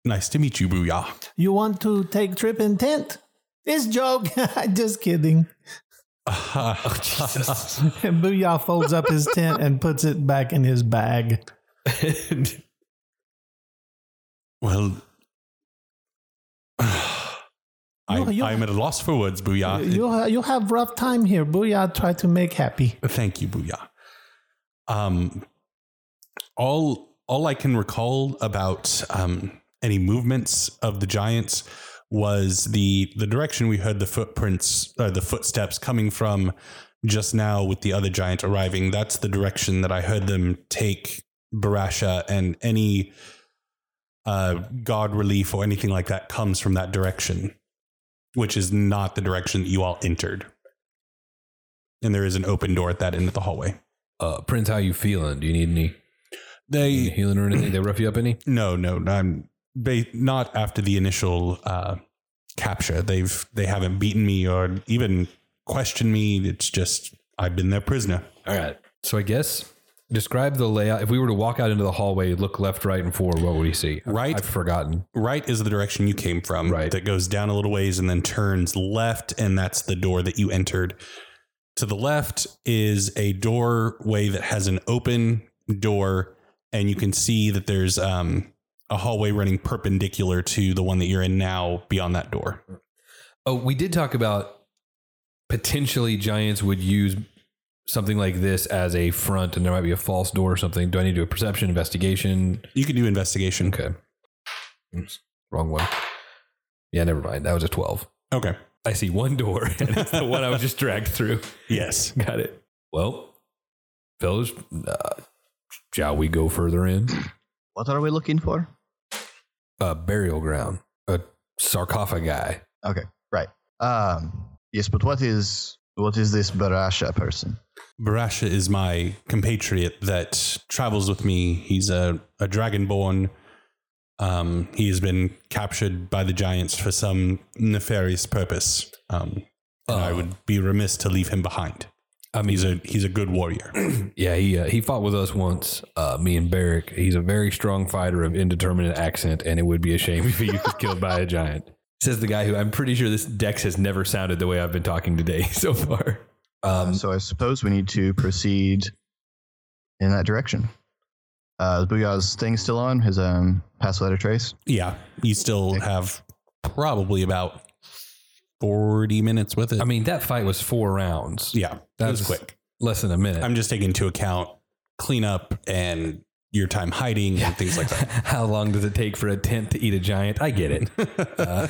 nice to meet you, Booyah.
You want to take trip in tent? It's joke. Just kidding.
oh, Jesus.
And Booyah folds up his tent and puts it back in his bag.
Well,
You-
I,
you-
I'm at a loss for words, Booyah.
You, you have rough time here. Booyah try to make happy.
Thank you, Booyah. Um, all all I can recall about um, any movements of the giants was the the direction we heard the footprints, uh, the footsteps coming from just now with the other giant arriving. That's the direction that I heard them take Barasha and any uh, god relief or anything like that comes from that direction, which is not the direction that you all entered and there is an open door at that end of the hallway.
uh, Prince, how you feeling? Do you need any, any
They
healing or anything? They rough you up any?
no no I'm they not after the initial uh, capture. They've they haven't beaten me or even questioned me. It's just I've been their prisoner.
All right. So I guess describe the layout. If we were to walk out into the hallway, look left, right, and forward, what would we see? I-
Right.
I've forgotten.
Right is the direction you came from.
Right.
that goes down a little ways and then turns left, and that's the door that you entered. To the left is a doorway that has an open door, and you can see that there's um, a hallway running perpendicular to the one that you're in now beyond that door.
Oh, we did talk about potentially giants would use something like this as a front, and there might be a false door or something. Do I need to do a perception investigation?
You can do investigation.
Okay. Oops, wrong one. Yeah, never mind. That was a 12.
Okay.
I see one door, and it's the one I was just dragged through.
Yes.
Got it. Well, fellas, uh, shall we go further in?
What are we looking for?
A burial ground, a sarcophagi.
Um, yes, but what is what is this Barasha person?
Barasha is my compatriot that travels with me. He's a, a dragonborn. Um, he has been captured by the giants for some nefarious purpose. Um, and I
Uh,
would be remiss to leave him behind.
I mean,
He's a he's a good warrior.
yeah, he uh, he fought with us once. Uh, me and Barrick. He's a very strong fighter of indeterminate accent, and it would be a shame if he was killed by a giant. Says the guy who I'm pretty sure this Dex has never sounded the way I've been talking today so far. Um,
so I suppose we need to proceed in that direction. Uh, Booyah's thing still on his um pass letter trace.
yeah, you still have probably about forty minutes with it.
I mean, that fight was four rounds.
yeah, that was
that's-
quick.
less than a minute.
I'm just taking into account cleanup and your time hiding and things like that.
How long does it take for a tent to eat a giant? I get it. Uh,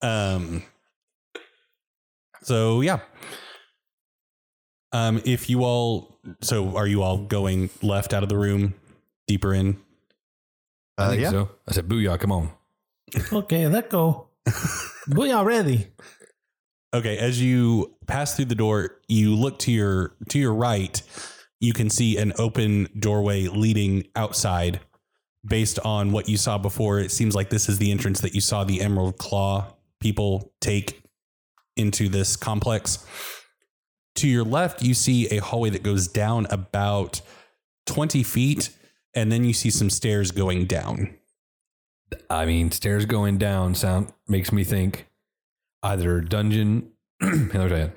Um, so yeah. Um, if you all, so are you all going left out of the room, deeper in?
I
Uh,
think
yeah,
so. I said, "Booyah! Come on!"
Okay, let go. Booyah ready.
Okay, as you pass through the door, you look to your to your right. You can see an open doorway leading outside. Based on what you saw before, it seems like this is the entrance that you saw the Emerald Claw people take into this complex. To your left, you see a hallway that goes down about 20 feet, and then you see some stairs going down.
I mean, stairs going down sound makes me think either dungeon. Hello, Diane.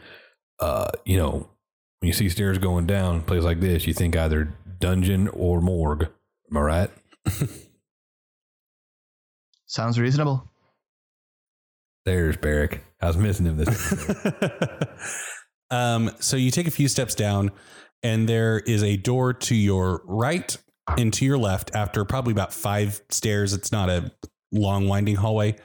uh, you know, when you see stairs going down, place like this, you think either dungeon or morgue. Am I right?
sounds reasonable.
There's Barrick. I was missing him this.
um, so you take a few steps down, and there is a door to your right and to your left after probably about five stairs. It's not a long, winding hallway.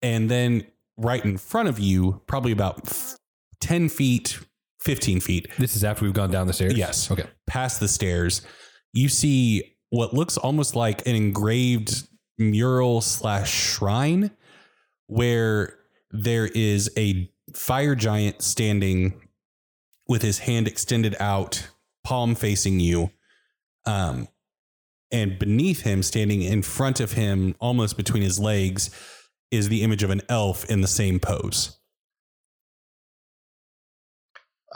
And then right in front of you, probably about f- 10 feet, 15 feet
this is after we've gone down the stairs.
Yes.
Okay.
past the stairs, you see what looks almost like an engraved mural slash shrine where there is a fire giant standing with his hand extended out, palm facing you. Um, and beneath him, standing in front of him, almost between his legs, is the image of an elf in the same pose.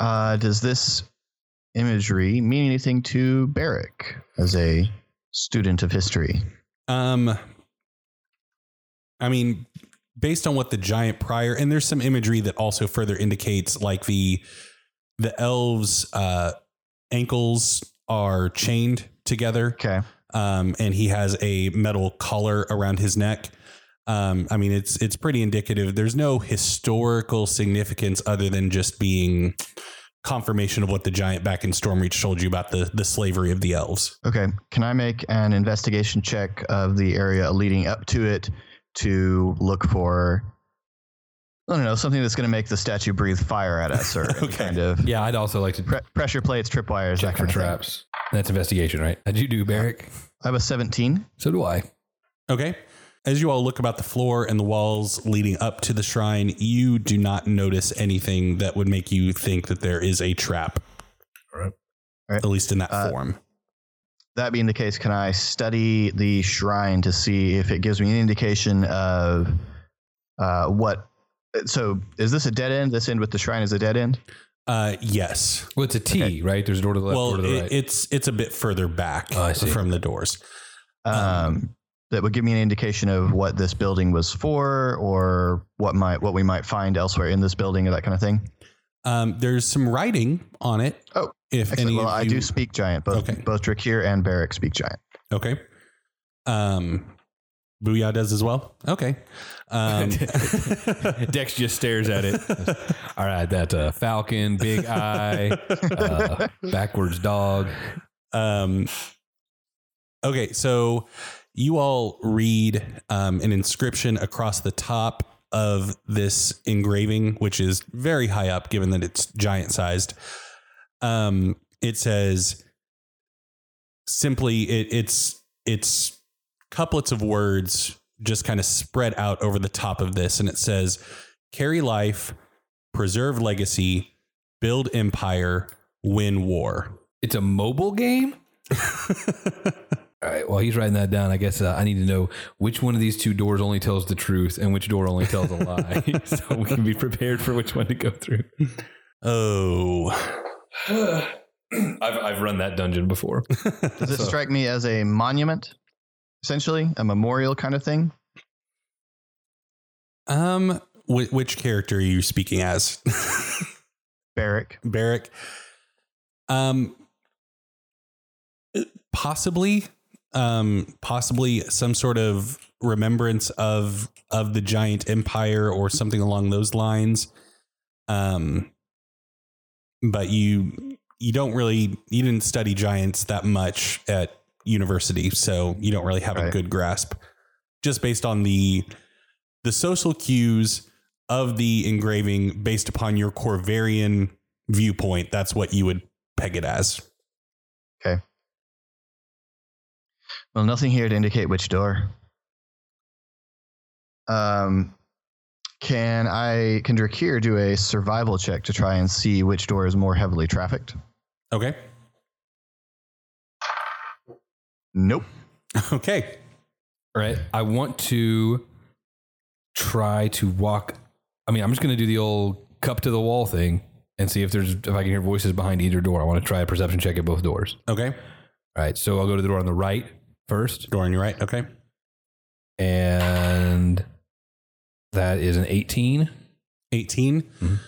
Uh, does this imagery mean anything to Barrick as a student of history?
Um, I mean, based on what the giant prior, and there's some imagery that also further indicates like the the elves' uh, ankles are chained together,
Okay.
um, and he has a metal collar around his neck. Um, I mean, it's it's pretty indicative. There's no historical significance other than just being confirmation of what the giant back in Stormreach told you about the the slavery of the elves.
Okay. Can I make an investigation check of the area leading up to it to look for? I don't know something that's going to make the statue breathe fire at us, or any
Okay.
kind of
Yeah, I'd also like to
pre- pressure plates, tripwires, that
check for
kind of thing.
traps. That's investigation, right? How'd you do, Barrick?
I have a seventeen.
So do I.
Okay. As you all look about the floor and the walls leading up to the shrine, you do not notice anything that would make you think that there is a trap.
All
All
right.
right.
At least in that
Uh,
form.
That being the case, can I study the shrine to see if it gives me an indication of uh, what? So, is this a dead end? This end with the shrine is a dead end.
Uh, yes.
Well, it's a T, right? There's a door to the left, door
well,
to the
it-
right.
it's it's a bit further back
Oh, I see.
from the doors.
um, that would give me an indication of what this building was for, or what might what we might find elsewhere in this building, or that kind of thing.
Um, there's some writing on it.
Oh,
if
Excellent.
any
Well,
of
I
you,
do speak giant. Both
Okay.
both Drakir and Barrick speak giant.
Okay. Um, Booyah does as well. Okay. Um,
Dex just stares at it. All right, that uh, falcon, big eye, uh, backwards dog.
Um, okay, so you all read um, an inscription across the top of this engraving, which is very high up, given that it's giant sized. Um, it says simply, it, it's it's couplets of words just kind of spread out over the top of this, and it says, "Carry life, preserve legacy, build empire, win war."
It's a mobile game? All right, while he's writing that down, I guess uh, I need to know which one of these two doors only tells the truth and which door only tells a lie so we can be prepared for which one to go through.
Oh,
I've, I've run that dungeon before.
Does this
So-
strike me as a monument, essentially a memorial kind of thing?
um, wh- which character are you speaking as,
Barrick.
Barrick? Um, possibly, um, possibly some sort of remembrance of of the giant empire or something along those lines. Um, but you you don't really you didn't study giants that much at university, so you don't really have a
Right.
good grasp just based on the the social cues of the engraving based upon your Corvarian viewpoint. That's what you would peg it as.
Well, nothing here to indicate which door. Um, can I can Drakir do a survival check to try and see which door is more heavily trafficked?
Okay.
Nope.
Okay.
All right, I want to try to walk. I mean, I'm just going to do the old cup to the wall thing and see if there's if I can hear voices behind either door. I want to try a perception check at both doors.
Okay.
All right, so I'll go to the door on the right first,
Door on your right. Okay.
and that is an 18.
18.
Mhm.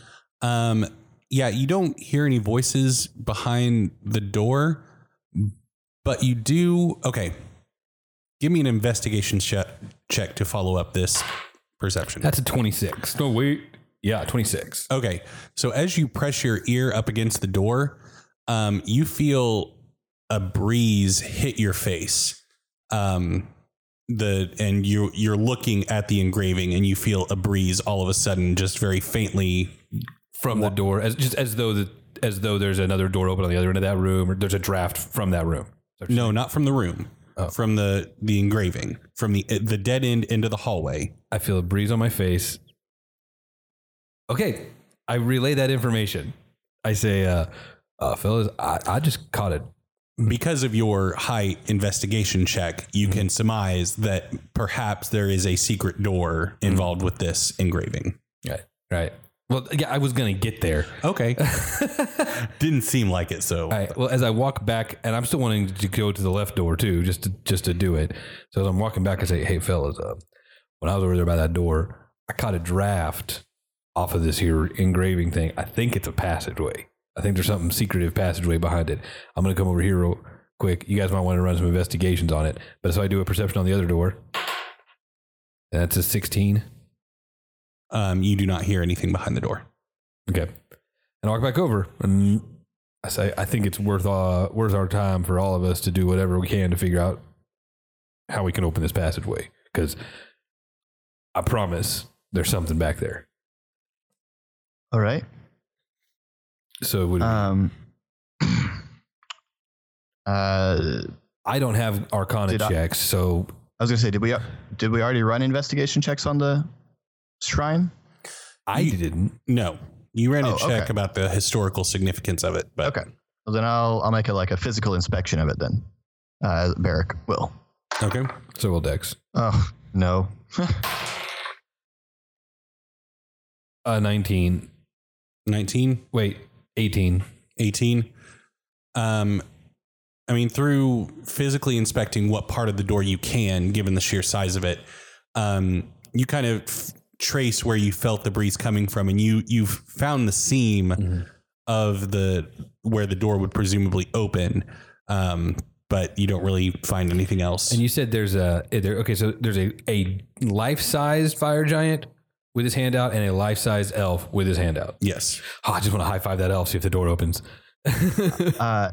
Um, yeah, you don't hear any voices behind the door, but you do. Okay. Give me an investigation check, check to follow up this perception.
That's a 26. No, wait. Yeah, 26.
Okay. So as you press your ear up against the door, um, you feel a breeze hit your face. Um, the and you you're looking at the engraving and you feel a breeze all of a sudden just very faintly
From the door, as just as though the as though there's another door open on the other end of that room, or there's a draft from that room.
no not from the room
Oh.
from the the engraving from the eh, the dead end into the hallway
I feel a breeze on my face. Okay, I relay that information. I say, uh, uh, fellas, I, I just caught it.
because of your high investigation check, you can surmise that perhaps there is a secret door involved with this engraving.
Right. Right. Well, yeah, I was gonna get there.
Okay. Didn't seem like it, so
All right. Well, as I walk back, and I'm still wanting to go to the left door too, just to, just to do it. So as I'm walking back, I say, "Hey, fellas, uh, when I was over there by that door, I caught a draft off of this here engraving thing. I think it's a passageway. I think there's something secretive passageway behind it. I'm gonna come over here real quick. You guys might want to run some investigations on it. But so I do a perception on the other door. And that's a 16.
um, you do not hear anything behind the door.
Okay. And I walk back over and I say, I think it's worth uh, worth our time for all of us to do whatever we can to figure out how we can open this passageway. Because I promise there's something back there.
All right.
So would,
Um, uh,
I don't have Arcana
did I-
checks, so
I was gonna say, did we did we already run investigation checks on the shrine?
I
You-
didn't.
No. You ran a
Oh,
check
okay.
about the historical significance of it, but
Okay. Well, then I'll I'll make a, like a physical inspection of it then. Uh, Barrick will.
okay.
So will Dex.
Oh no.
Uh, 19.
19.
Wait, 18.
18 um i mean through physically inspecting what part of the door you can given the sheer size of it um you kind of f- trace where you felt the breeze coming from and you you've found the seam
Mm-hmm.
Mhm.
of the where the door would presumably open um but you don't really find anything else
And you said there's a eh, there, okay, so there's a a life size fire giant with his hand out and a life size elf with his hand out.
yes
Oh, I just want to high five that elf, see if the door opens.
Uh,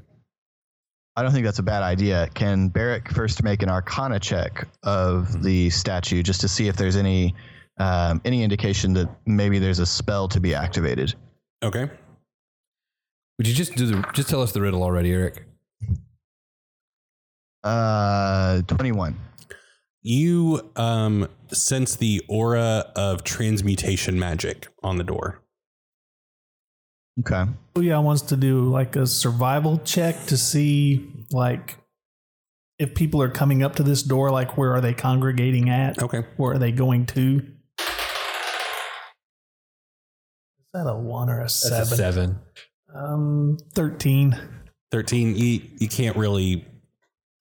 I don't think that's a bad idea. Can Barrick first make an Arcana check of the statue just to see if there's any um, any indication that maybe there's a spell to be activated?
okay
Would you just do the just tell us the riddle already, Eric?
Uh, twenty-one.
you um sense the aura of transmutation magic on the door
Okay.
Booyah wants to do like a survival check to see like if people are coming up to this door, like where are they congregating at?
okay
Where are they going to? Is that a one or a seven?
That's a seven.
Um, thirteen.
13 you, you can't really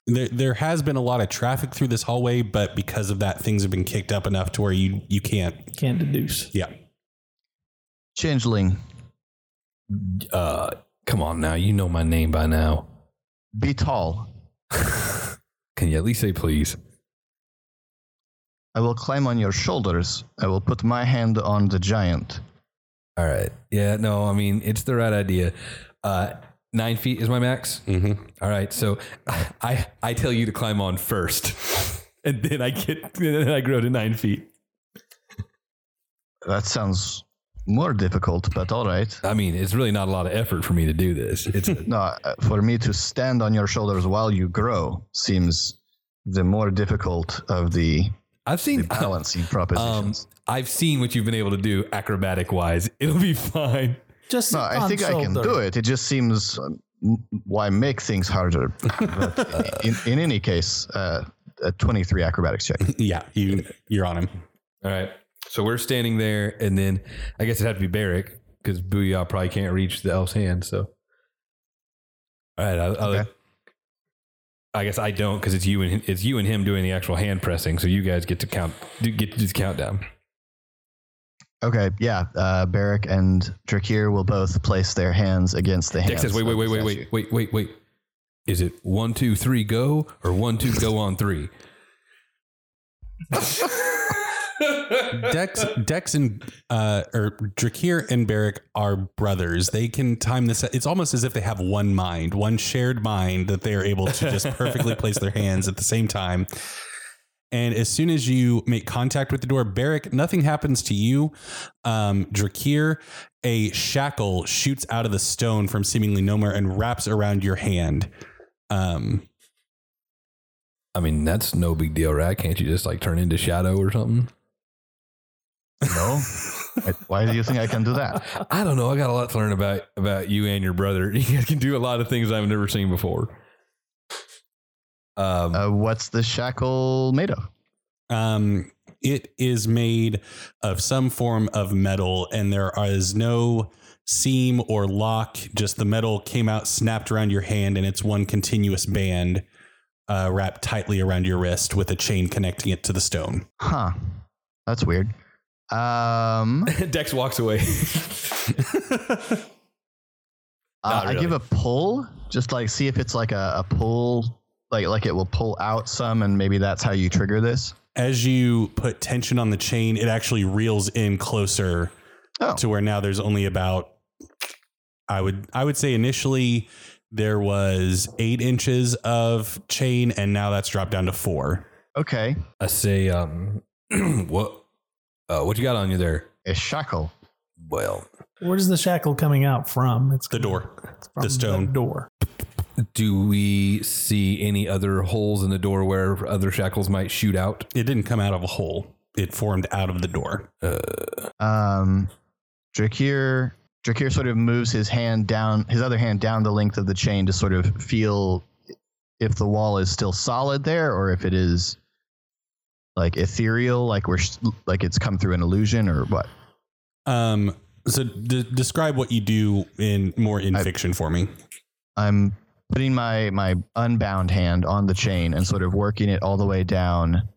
there, there has been a lot of traffic through this hallway but because of that things have been kicked up enough to where you you can't
Can't deduce.
yeah
Changeling,
Uh, come on now, you know my name by now.
be tall.
Can you at least say please?
I will climb on your shoulders. I will put my hand on the giant.
All right. Yeah. No, I mean it's the right idea. Uh, nine feet is my max.
hmm
All right, so I I tell you to climb on first, and then I get then I grow to nine feet.
That sounds more difficult, but all right.
I mean, it's really not a lot of effort for me to do this. It's
No, uh, for me to stand on your shoulders while you grow seems the more difficult of the,
I've
the
seen
balancing
um,
propositions.
I've seen what you've been able to do acrobatic wise. It'll be fine.
Just
no, I think I can do it. It just seems um, m- why make things harder. But in, in any case, uh, a 23 acrobatics check.
yeah you you're on him
All right, so we're standing there, and then I guess it had to be Barrick because Booyah probably can't reach the elf's hand. So, all right, I, I,
Okay.
I guess I don't because it's you and him- it's you and him doing the actual hand pressing. So you guys get to count, do- get to do the countdown.
Okay, yeah. Uh, Barrick and Drakir will both place their hands against the hands.
Dex says, wait,
of
wait,
the
wait, wait,
statue.
wait, wait, wait, wait. Is it one, two, three, go, or one, two, go on three?
dex dex and uh or drakir and Barrick are brothers they can time this it's almost as if they have one mind one shared mind that they are able to just perfectly place their hands at the same time and as soon as you make contact with the door Barrick, nothing happens to you um, Drakir, a shackle shoots out of the stone from seemingly nowhere and wraps around your hand. Um,
I mean, that's no big deal, right? Can't you just like turn into shadow or something?
No? Why do you think I can do that?
I don't know. I got a lot to learn about about you and your brother. You guys can do a lot of things I've never seen before. Um,
Uh, what's the shackle made of?
Um, it is made of some form of metal, and there is no seam or lock. Just the metal came out, snapped around your hand, and it's one continuous band uh, wrapped tightly around your wrist with a chain connecting it to the stone.
Huh. That's weird. Um,
Dex walks away.
uh, I
really.
give a pull, just like see if it's like a, a pull, like like it will pull out some, and maybe that's how you trigger this.
As you put tension on the chain, it actually reels in closer
Oh,
to where now there's only about I would I would say initially there was eight inches of chain, and now that's dropped down to four.
okay.
I say, um, what uh, what you got on you there?
A shackle.
Well,
Where's the shackle coming out from? It's
The door.
it's from
the stone.
door.
do we see any other holes in the door where other shackles might shoot out?
It didn't come out of a hole. It formed out of the door.
Uh,
Um, Drakir Drakir sort of moves his hand down, his other hand down the length of the chain to sort of feel if the wall is still solid there, or if it is like ethereal, like we're s- like it's come through an illusion or what.
Um, so de- describe what you do in more in
I-
fiction for me.
I'm putting my my unbound hand on the chain and sort of working it all the way down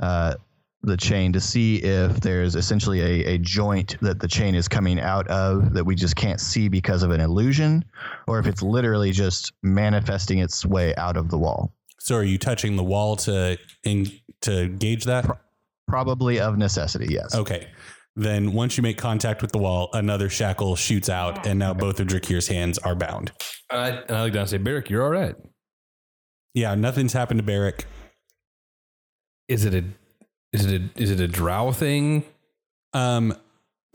uh, the chain to see if there's essentially a, a joint that the chain is coming out of that we just can't see because of an illusion, or if it's literally just manifesting its way out of the wall.
So are you touching the wall to in, to gauge that?
Probably of necessity, yes.
Okay. Then once you make contact with the wall, another shackle shoots out, and now both of Drakir's hands are bound.
I, and I look down and say, Barrick, you're all right.
Yeah, nothing's happened to Barrick.
Is it a is it a is it a drow thing?
Um,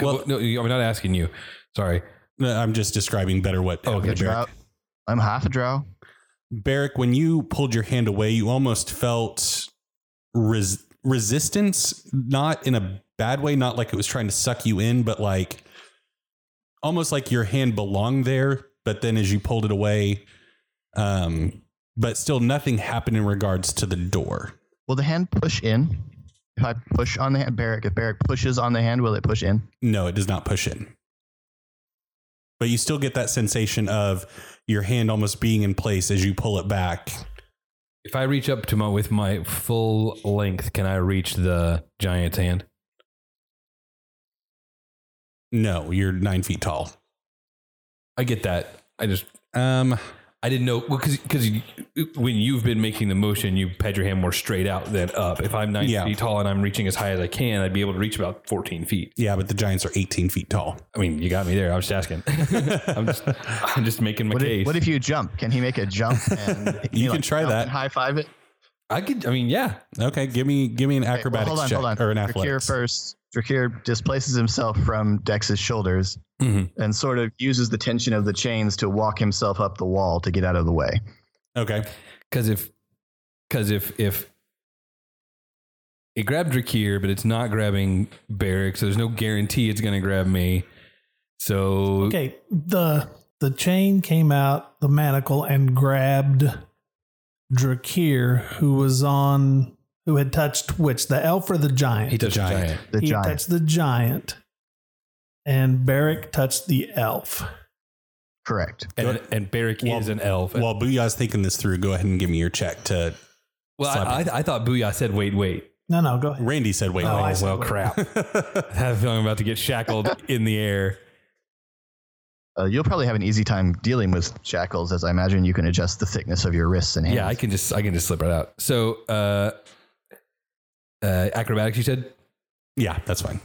Well, no, I'm not asking you. Sorry.
I'm just describing better what happened
A
to Barrick.
drow- I'm half a drow.
Barrick, when you pulled your hand away, you almost felt res- resistance, not in a bad way, not like it was trying to suck you in, but like almost like your hand belonged there. But then as you pulled it away, um, but still nothing happened in regards to the door.
Will the hand push in? If I push on the hand, Barrick, if Barrick pushes on the hand, will it push in?
No, it does not push in. But you still get that sensation of your hand almost being in place as you pull it back.
If I reach up to my with my full length, can I reach the giant's hand?
No, you're nine feet tall.
I get that. I just
Um,
I didn't know because because when you've been making the motion, you had your hand more straight out than up. If I'm nine
Yeah.
feet tall and I'm reaching as high as I can, I'd be able to reach about 14 feet.
yeah, but the giants are 18 feet tall.
I mean, you got me there. I was just asking. I'm just I'm just making my
What
case.
if, what if you jump? Can he make a jump? And can he,
You can try
jump
that.
and High five it.
I could? I mean, yeah.
Okay, give me give me an
Okay, well,
acrobatics
hold on,
check
hold on.
or an
Drakir
athletics.
first. Drakir displaces himself from Dex's shoulders
Mhm.
and sort of uses the tension of the chains to walk himself up the wall to get out of the way.
Okay,
Because if, because if if it grabbed Drakir, but it's not grabbing Barrick, so there's no guarantee it's going to grab me. So
Okay, the the chain came out the manacle and grabbed Drakir, who was on who had touched which the elf or the giant.
he touched the
Giant.
giant.
The
he
giant.
touched the giant, and Barrick touched the elf.
Correct.
And, and Barrick
Well-
is an elf.
while Booyah's thinking this through, go ahead and give me your check. To
well, I,
slap
I, I thought Booyah said, wait, wait.
No, no, go ahead.
Randy said, "Wait,
Oh, I
wait."
see.
well,
wait.
crap. I have a feeling I'm about to get shackled in the air.
Uh, you'll probably have an easy time dealing with shackles, as I imagine you can adjust the thickness of your wrists and hands.
Yeah, I can just I can just slip right out. So uh uh acrobatics you said?
yeah, that's fine."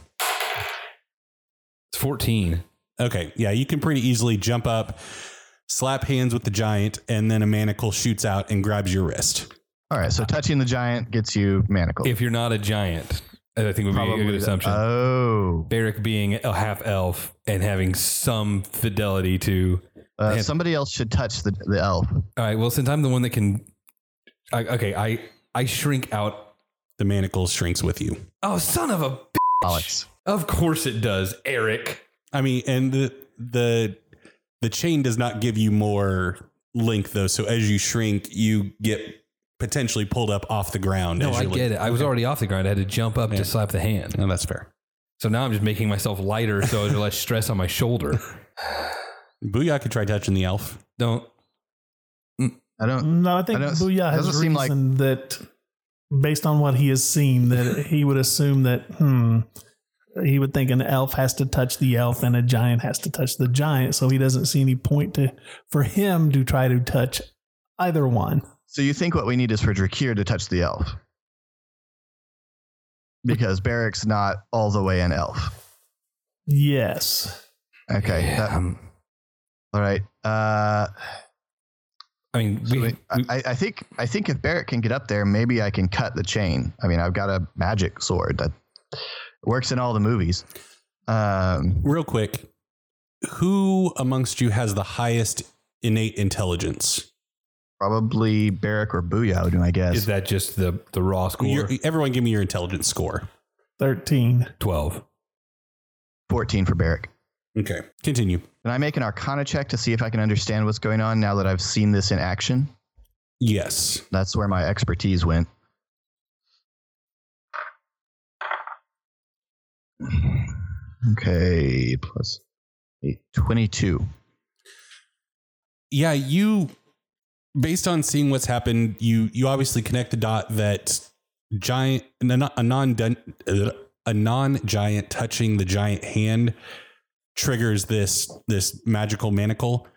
It's 14.
Okay, yeah, you can pretty easily jump up, slap hands with the giant, and then a manacle shoots out and grabs your wrist.
All right. So touching the giant gets you manacled.
If you're not a giant, that I think would be a good
the-
assumption.
Oh.
Barrick being a half elf and having some fidelity to
Uh,
man.
somebody else should touch the, the elf.
all right, well, since I'm the one that can I, okay, I I shrink out.
The manacle shrinks with you.
Oh son of a
Alex.
Of course it does, Eric.
I mean, and the the the chain does not give you more length though. So as you shrink, you get potentially pulled up off the ground.
No,
as
I
you're
get
lifted.
it. I was already off the ground. I had to jump up
Yeah.
to slap the hand.
No, that's fair.
So now I'm just making myself lighter so there's less stress on my shoulder.
Booyah could try touching the elf.
Don't.
I don't.
No, I think
I don't-
Booyah has
doesn't seem
reason
like-
that, based on what he has seen, that he would assume that hmm, he would think an elf has to touch the elf and a giant has to touch the giant. So he doesn't see any point to for him to try to touch either one.
So you think what we need is for Drakir to touch the elf? Because Barrick's not all the way an elf.
Yes.
Okay.
Yeah,
that-
um,
all right. Uh,
I mean,
so
we,
we-
we-
I, I think I think if Barrett can get up there, maybe I can cut the chain. I mean, I've got a magic sword that works in all the movies. Um,
Real quick, who amongst you has the highest innate intelligence?
probably Barrick or Booyah would be my guess.
is that just the the raw score?
Your, everyone, give me your intelligence score.
13.
Twelve.
14 for Barrick.
Okay, continue.
Can I make an Arcana check to see if I can understand what's going on now that I've seen this in action?
Yes,
That's where my expertise went. Okay, plus eight, 22.
yeah. You, based on seeing what's happened, you you obviously connect the dot that giant a non a non giant touching the giant hand triggers this this magical manacle.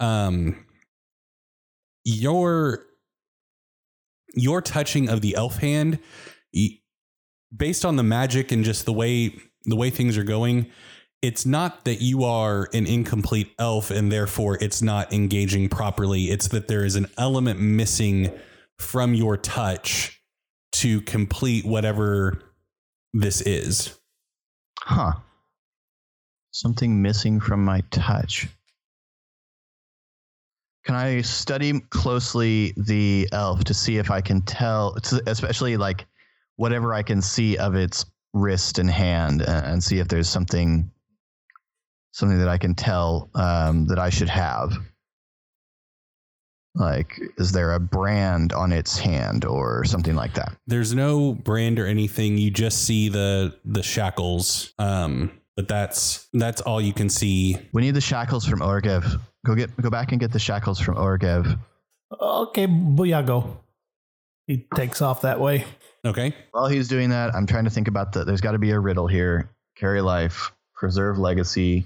Um, your your touching of the elf hand, y- based on the magic and just the way the way things are going, it's not that you are an incomplete elf and therefore it's not engaging properly. It's that there is an element missing from your touch to complete whatever this is.
Huh. Something missing from my touch. Can I study closely the elf to see if I can tell, especially like whatever I can see of its wrist and hand, uh, and see if there's something, something that I can tell um, that I should have. Like, is there a brand on its hand or something like that?
There's no brand or anything. You just see the the shackles. Um, but that's that's all you can see.
We need the shackles from Orgev. Go get, go back and get the shackles from Orgev.
Okay, Booyah, go. He takes off that way.
Okay.
While he's doing that, I'm trying to think about the. There's got to be a riddle here. Carry life, preserve legacy,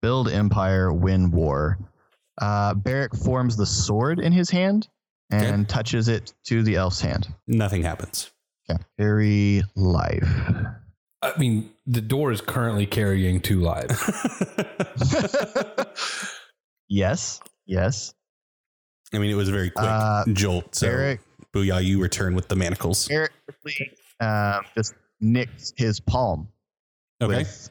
build empire, win war. Uh, Barrick forms the sword in his hand and touches it to the elf's hand.
Nothing happens.
Okay. Carry life.
I mean, the door is currently carrying two lives.
yes. Yes.
I mean, it was a very quick
Uh,
jolt. So
Barrick,
booyah, you return with the manacles.
Barrick quickly uh, just nicks his palm
Okay.
with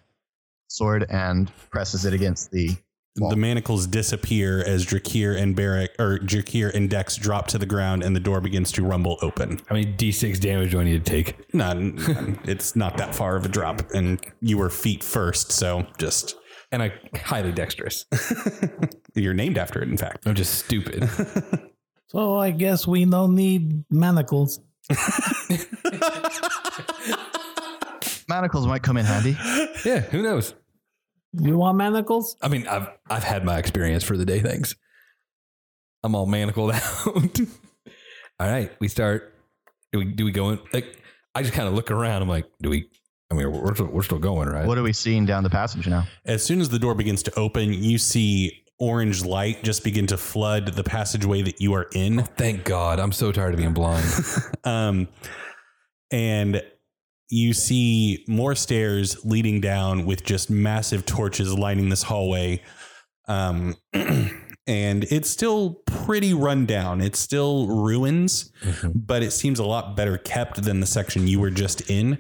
sword and presses it against the
the manacles disappear as Drakir and Barrick or Drakir and Dex drop to the ground and the door begins to rumble open.
How many d6 damage do I need to take?
Not, it's not that far of a drop, and you were feet first, so just
And I highly dexterous.
you're named after it. In fact,
I'm just stupid.
So I guess we don't need manacles.
manacles might come in handy.
yeah, who knows?
You want manacles?
I mean, I've I've had my experience for the day. Thanks. I'm all manacled out. all right, we start. Do we do we go in? Like, I just kind of look around. I'm like, do we? I mean, we're still, we're still going, right?
What are we seeing down the passage now?
as soon as the door begins to open, you see orange light just begin to flood the passageway that you are in.
Thank God, I'm so tired of being blind.
um, and you see more stairs leading down with just massive torches lining this hallway. Um, and it's still pretty run down. It's still ruins, but it seems a lot better kept than the section you were just in.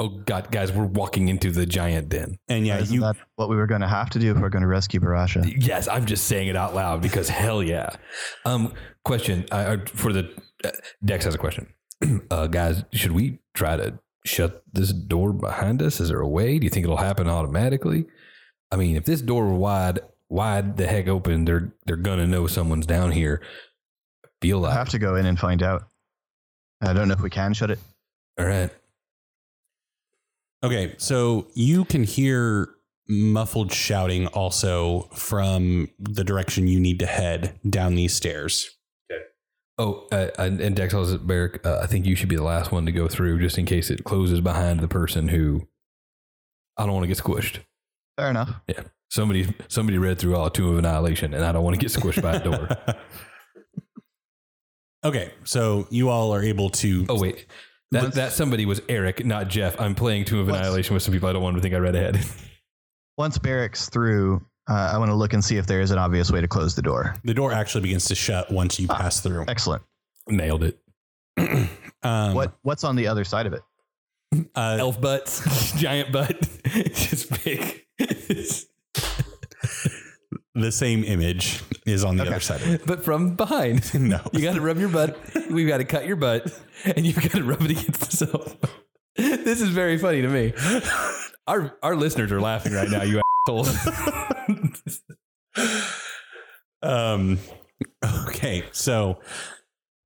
oh God, guys, we're walking into the giant den.
And yeah,
Isn't
Uh, you
that what we were going to have to do if we're going to rescue Barasha?
Yes, I'm just saying it out loud because hell yeah. Um, uh, question I, I- for the uh, Dex has a question. uh, guys, should Uh, we try to shut this door behind us? Is there a way? Do you think it'll happen automatically? I mean, if this door were wide, wide the heck open, they're they're gonna know someone's down here. I feel
We'll
like
have to go in and find out. I don't know if we can shut it.
all right.
Okay, so you can hear muffled shouting also from the direction you need to head down these stairs.
Oh, uh, and, and Dex tells Barrick, uh, I think you should be the last one to go through, just in case it closes behind the person who. I don't want to get squished.
Fair enough.
Somebody, somebody read through all Tomb of Annihilation, and I don't want to get squished by a door.
okay, so you all are able to.
Oh wait, that
Let's-
that somebody was Eric, not Jeff. I'm playing Tomb of
Let's-
Annihilation with some people. I don't want to think I read ahead.
Once Barracks through, uh, I want to look and see if there is an obvious way to close the door.
The door actually begins to shut once you
Ah,
pass through.
Excellent.
Nailed it.
Um,
What what's on the other side of it?
uh,
Elf butts, giant butt, just big.
the same image is on the
Okay.
other side of it.
but from behind.
No.
You got to rub your butt. We've got to cut your butt, and you've got to rub it against the soap. This is very funny to me. Our our listeners are laughing right now. You assholes.
um okay so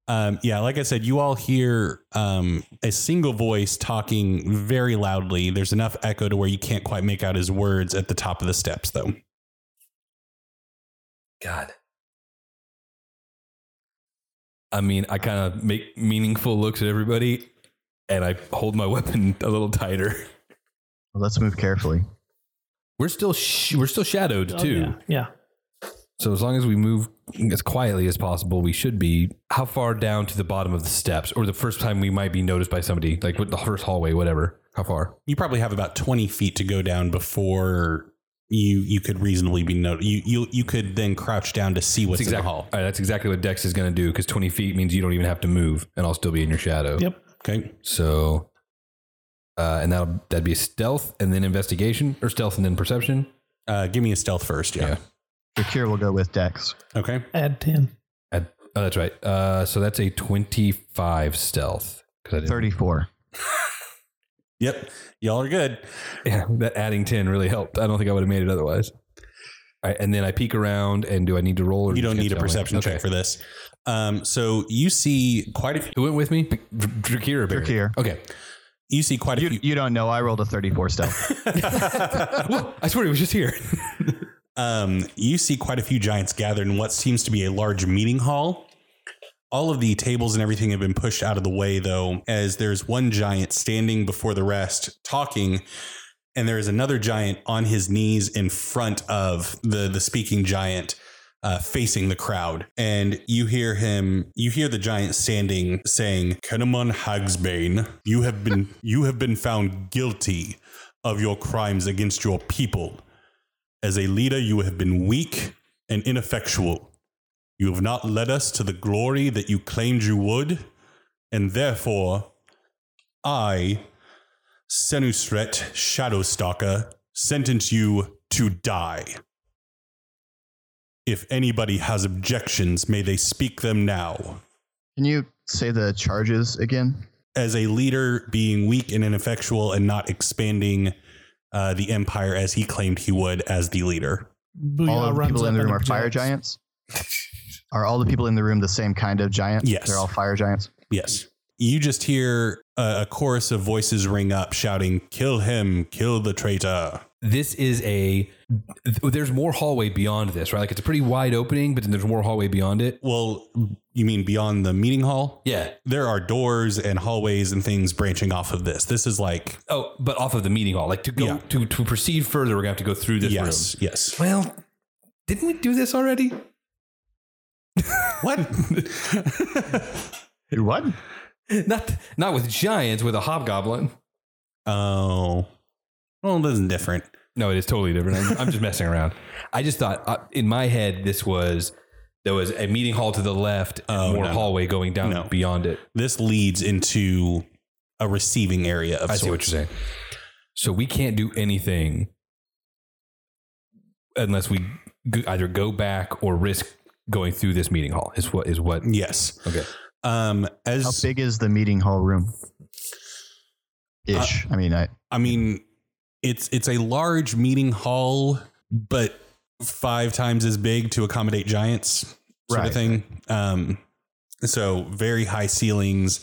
um yeah like i said you all hear um a single voice talking very loudly there's enough echo to where you can't quite make out his words at the top of the steps though
God. I mean, I kind of make meaningful looks at everybody, and I hold my weapon a little tighter.
Well, let's move carefully.
We're still sh- we're still shadowed
Oh,
too.
yeah. yeah.
So as long as we move as quietly as possible, we should be how far down to the bottom of the steps or the first time we might be noticed by somebody, like with the first hallway, whatever. How far?
you probably have about 20 feet to go down before you you could reasonably be no you you, you could then crouch down to see what's
That's exactly,
in the hall
All right, uh, that's exactly what Dex is going to do because 20 feet means you don't even have to move and I'll still be in your shadow.
Yep.
okay
So, uh, and that'll, that'd be stealth and then investigation or stealth and then perception.
uh give me a stealth first yeah,
Rakir will go with Dex.
okay
Add 10.
Oh, that's right. Uh, so that's a 25 stealth. 'Cause I didn't-
Thirty-four.
yep y'all are good
Yeah, that adding 10 really helped. I don't think I would have made it otherwise. All right, and then I peek around, and do I need to roll? Or
you don't
just
need a
keep
perception
going?
check for this um so you see quite a few
Who went with me? Drakir or Barry?
Drakir.
Okay.
you see quite a
You,
few
you don't know. I rolled a thirty-four stealth.
Whoa, I swear he was just here.
um, you see quite a few giants gathered in what seems to be a large meeting hall. All of the tables and everything have been pushed out of the way, though, as there's one giant standing before the rest talking, and there is another giant on his knees in front of the the speaking giant. Uh, facing the crowd, and you hear him. You hear the giant standing, saying, "Kenamon Hagsbane, you have been you have been found guilty of your crimes against your people. As a leader, you have been weak and ineffectual. You have not led us to the glory that you claimed you would, and therefore, I, Senusret Shadowstalker, sentence you to die. If anybody has objections, may they speak them now.
Can you say the charges again?
As a leader, being weak and ineffectual and not expanding uh, the empire as he claimed he would as the leader.
Booyah
all of the
runs
people in
up
the
and
room are fire
objects.
giants. Are all the people in the room the same kind of giant?
Yes.
They're all fire giants.
Yes. You just hear a, a chorus of voices ring up shouting, Kill him, kill the traitor.
This is a. There's more hallway beyond this, right? Like it's a pretty wide opening, but then there's more hallway beyond it.
Well, you mean beyond the meeting hall?
Yeah.
There are doors and hallways and things branching off of this. This is like,
Oh, but off of the meeting hall. Like to go
Yeah.
to to proceed further, we're gonna have to go through this
yes, yes.
room. Well, didn't we do this already?
What?
What?
Not not with giants, with a hobgoblin.
oh. Well, this is different.
No, it is totally different. I'm, I'm just messing around. I just thought uh, in my head this was there was a meeting hall to the left and
Oh,
more
no.
hallway going down
No.
beyond it.
This leads into a receiving area of
I see what
sorts.
you're saying. So we can't do anything unless we g- either go back or risk going through this meeting hall. Is what is what?
Yes.
Okay.
Um,
How
as
big is the meeting hall room? ish. I mean, I
I mean, it's it's a large meeting hall, but five times as big to accommodate giants, sort
Right.
of thing. Um, so very high ceilings,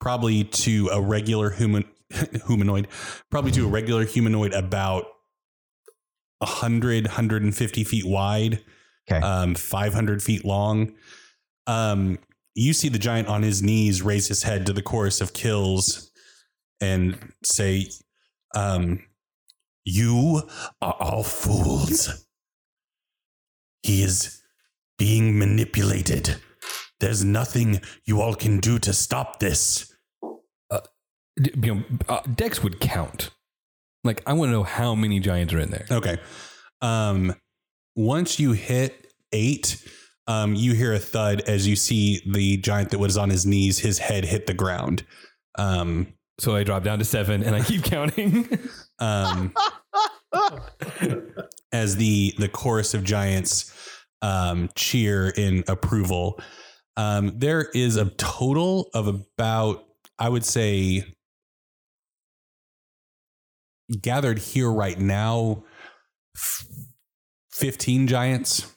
probably to a regular human humanoid, probably to a regular humanoid about 100, 150 feet wide,
Okay.
um, 500 feet long. Um, you see the giant on his knees raise his head to the chorus of kills and say, um, You are all fools. He is being manipulated. There's nothing you all can do to stop this.
D- you know, uh, Dex would count. Like, I want to know how many giants are in there.
Okay. Um, once you hit eight, um, you hear a thud as you see the giant that was on his knees, his head hit the ground. Um,
So I drop down to seven and I keep counting.
um, as the the chorus of giants um, cheer in approval. Um, there is a total of about, I would say, gathered here right now, f- fifteen giants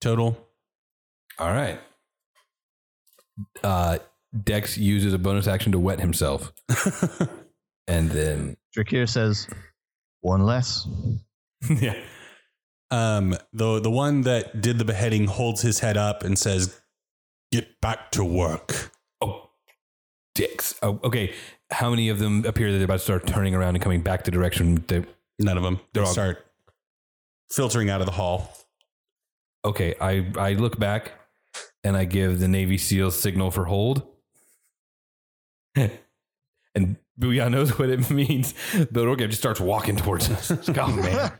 total.
All right. Uh, Dex uses a bonus action to wet himself. and then,
Drakir says one less.
yeah.
Um, the the one that did the beheading holds his head up and says, "Get back to work."
Oh, Dex. Oh, okay. How many of them appear that they're about to start turning around and coming back the direction? They,
None of them. They
They're all-
start filtering out of the hall.
okay. I, I look back and I give the Navy SEAL signal for hold. and Booyah knows what it means. The Rogev just starts walking towards us. God, man.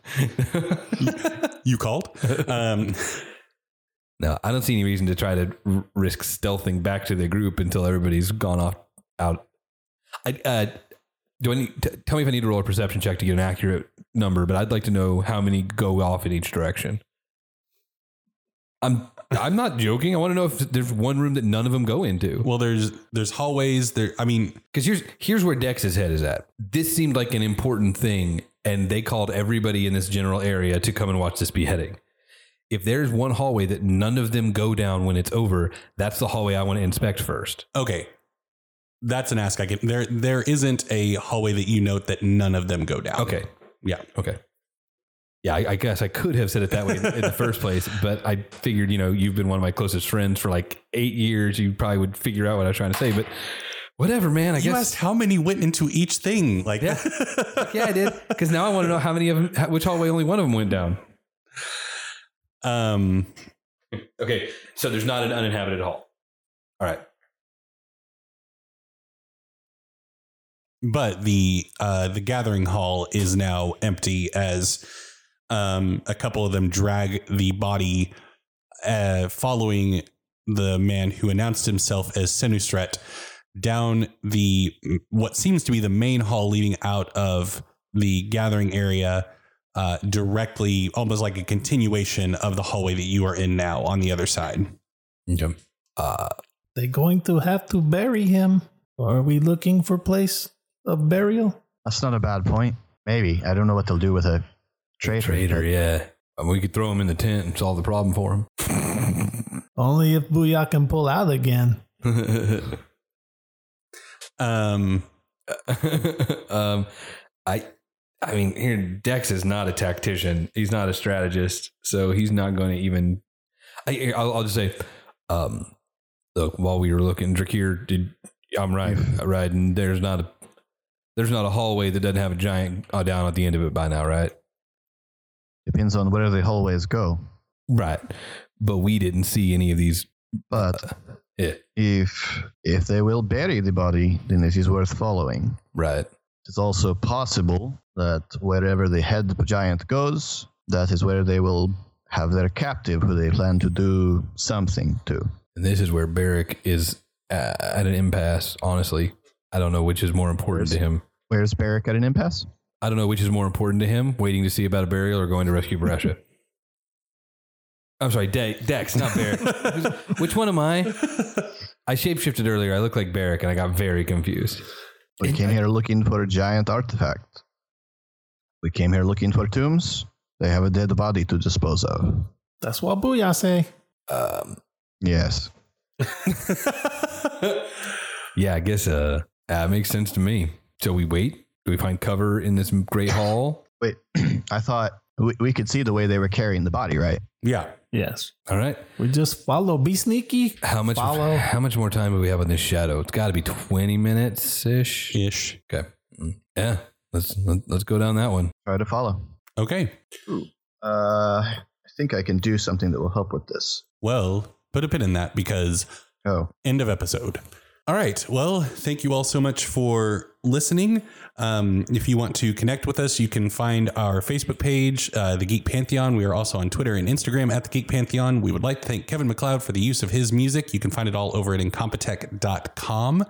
You called? Um,
No, I don't see any reason to try to r- risk stealthing back to the group until everybody's gone off out. I uh, do. I need, t- tell me if I need to roll a perception check to get an accurate number, but I'd like to know how many go off in each direction. I'm I'm not joking. I want to know if there's one room that none of them go into.
well, there's there's hallways. There, I mean,
Because here's here's where Dex's head is at. This seemed like an important thing, and they called everybody in this general area to come and watch this beheading. If there's one hallway that none of them go down when it's over, that's the hallway I want to inspect first.
okay, that's an ask I can. There, there isn't a hallway that you note that none of them go down.
Okay.
Yeah.
Okay. Yeah, I, I guess I could have said it that way in, in the first place, but I figured, you know, you've been one of my closest friends for like eight years. You probably would figure out what I was trying to say, but whatever, man. I
you
guess
asked how many went into each thing. Like,
Yeah. yeah, I did because now I want to know how many of them, how- which hallway only one of them went down.
um,
Okay, so there's not an uninhabited hall. All right.
but the uh, the gathering hall is now empty as um, a couple of them drag the body uh, following the man who announced himself as Senustret down the what seems to be the main hall leading out of the gathering area uh, directly almost like a continuation of the hallway that you are in now on the other side
Okay. Uh,
They going to have to bury him. Are we looking for place of burial?
That's not a bad point. Maybe I don't know what they'll do with a traitor.
traitor,
but
yeah. And we could throw him in the tent and solve the problem for him.
Only if Booyah can pull out again.
um
um, I, I mean, here Dex is not a tactician. He's not a strategist, so he's not going to even. I, I'll, I'll just say, um, look. While we were looking, Drakir, did I'm right, right? And there's not a, there's not a hallway that doesn't have a giant uh, down at the end of it by now, right?
Depends on where the hallways go.
Right. But we didn't see any of these. eh,
But
Yeah.
if if they will bury the body, then it is worth following.
Right.
It's also possible that wherever the head giant goes, that is where they will have their captive, who they plan to do something to.
And this is where Barrick is uh, at an impasse, honestly. I don't know which is more important to him.
Where's Barrick at an impasse?
I don't know which is more important to him, waiting to see about a burial or going to rescue Barasha. I'm sorry, De- Dex, not Barrick. which one am I? I shapeshifted earlier. I look like Barrick and I got very confused.
We
And
came
I-
here looking for a giant artifact. We came here looking for tombs. They have a dead body to dispose of.
That's what Booyah say.
Um,
Yes.
yeah, I guess uh, that makes sense to me. So we wait. Do we find cover in this great hall?
Wait, I thought we, we could see the way they were carrying the body, right?
Yeah.
Yes.
All right.
We just follow. Be sneaky.
How much?
Follow.
How much more time do we have on this shadow? It's got to be twenty minutes ish.
Ish.
Okay. Mm. Yeah. Let's let- let's go down that one.
Try to follow.
Okay.
Uh, I think I can do something that will help with this.
Well, put a pin in that because
Oh,
end of episode. All right. Well, thank you all so much for listening. Um, if you want to connect with us, you can find our Facebook page, uh, The Geek Pantheon. We are also on Twitter and Instagram at The Geek Pantheon. We would like to thank Kevin McLeod for the use of his music. You can find it all over at incompetech.com.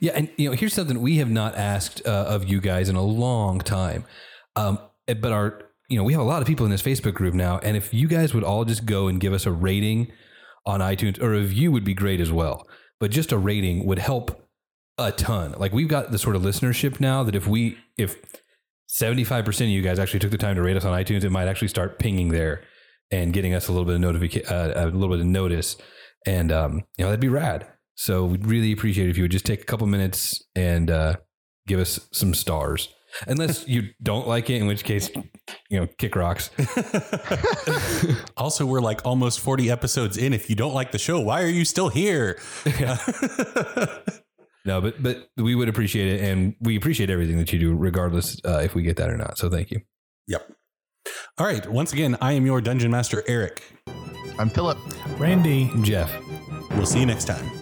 Yeah, and you know, here's something we have not asked uh, of you guys in a long time. Um, eh, but our, you know, we have a lot of people in this Facebook group now, and if you guys would all just go and give us a rating on iTunes, or a review would be great as well. But just a rating would help a ton. Like we've got the sort of listenership now that if we, if 75% of you guys actually took the time to rate us on iTunes, it might actually start pinging there and getting us a little bit of notification, uh, a little bit of notice. And, um, you know, that'd be rad. So we'd really appreciate it if you would just take a couple minutes and uh, give us some stars. Unless you don't like it, in which case, you know, kick rocks.
Also, we're like almost 40 episodes in. If you don't like the show, why are you still here?
No, but but we would appreciate it, and we appreciate everything that you do, regardless uh, if we get that or not. So thank you.
all right. Once again, I am your Dungeon Master, Eric.
I'm Philip.
Randy.
Jeff.
We'll see you next time.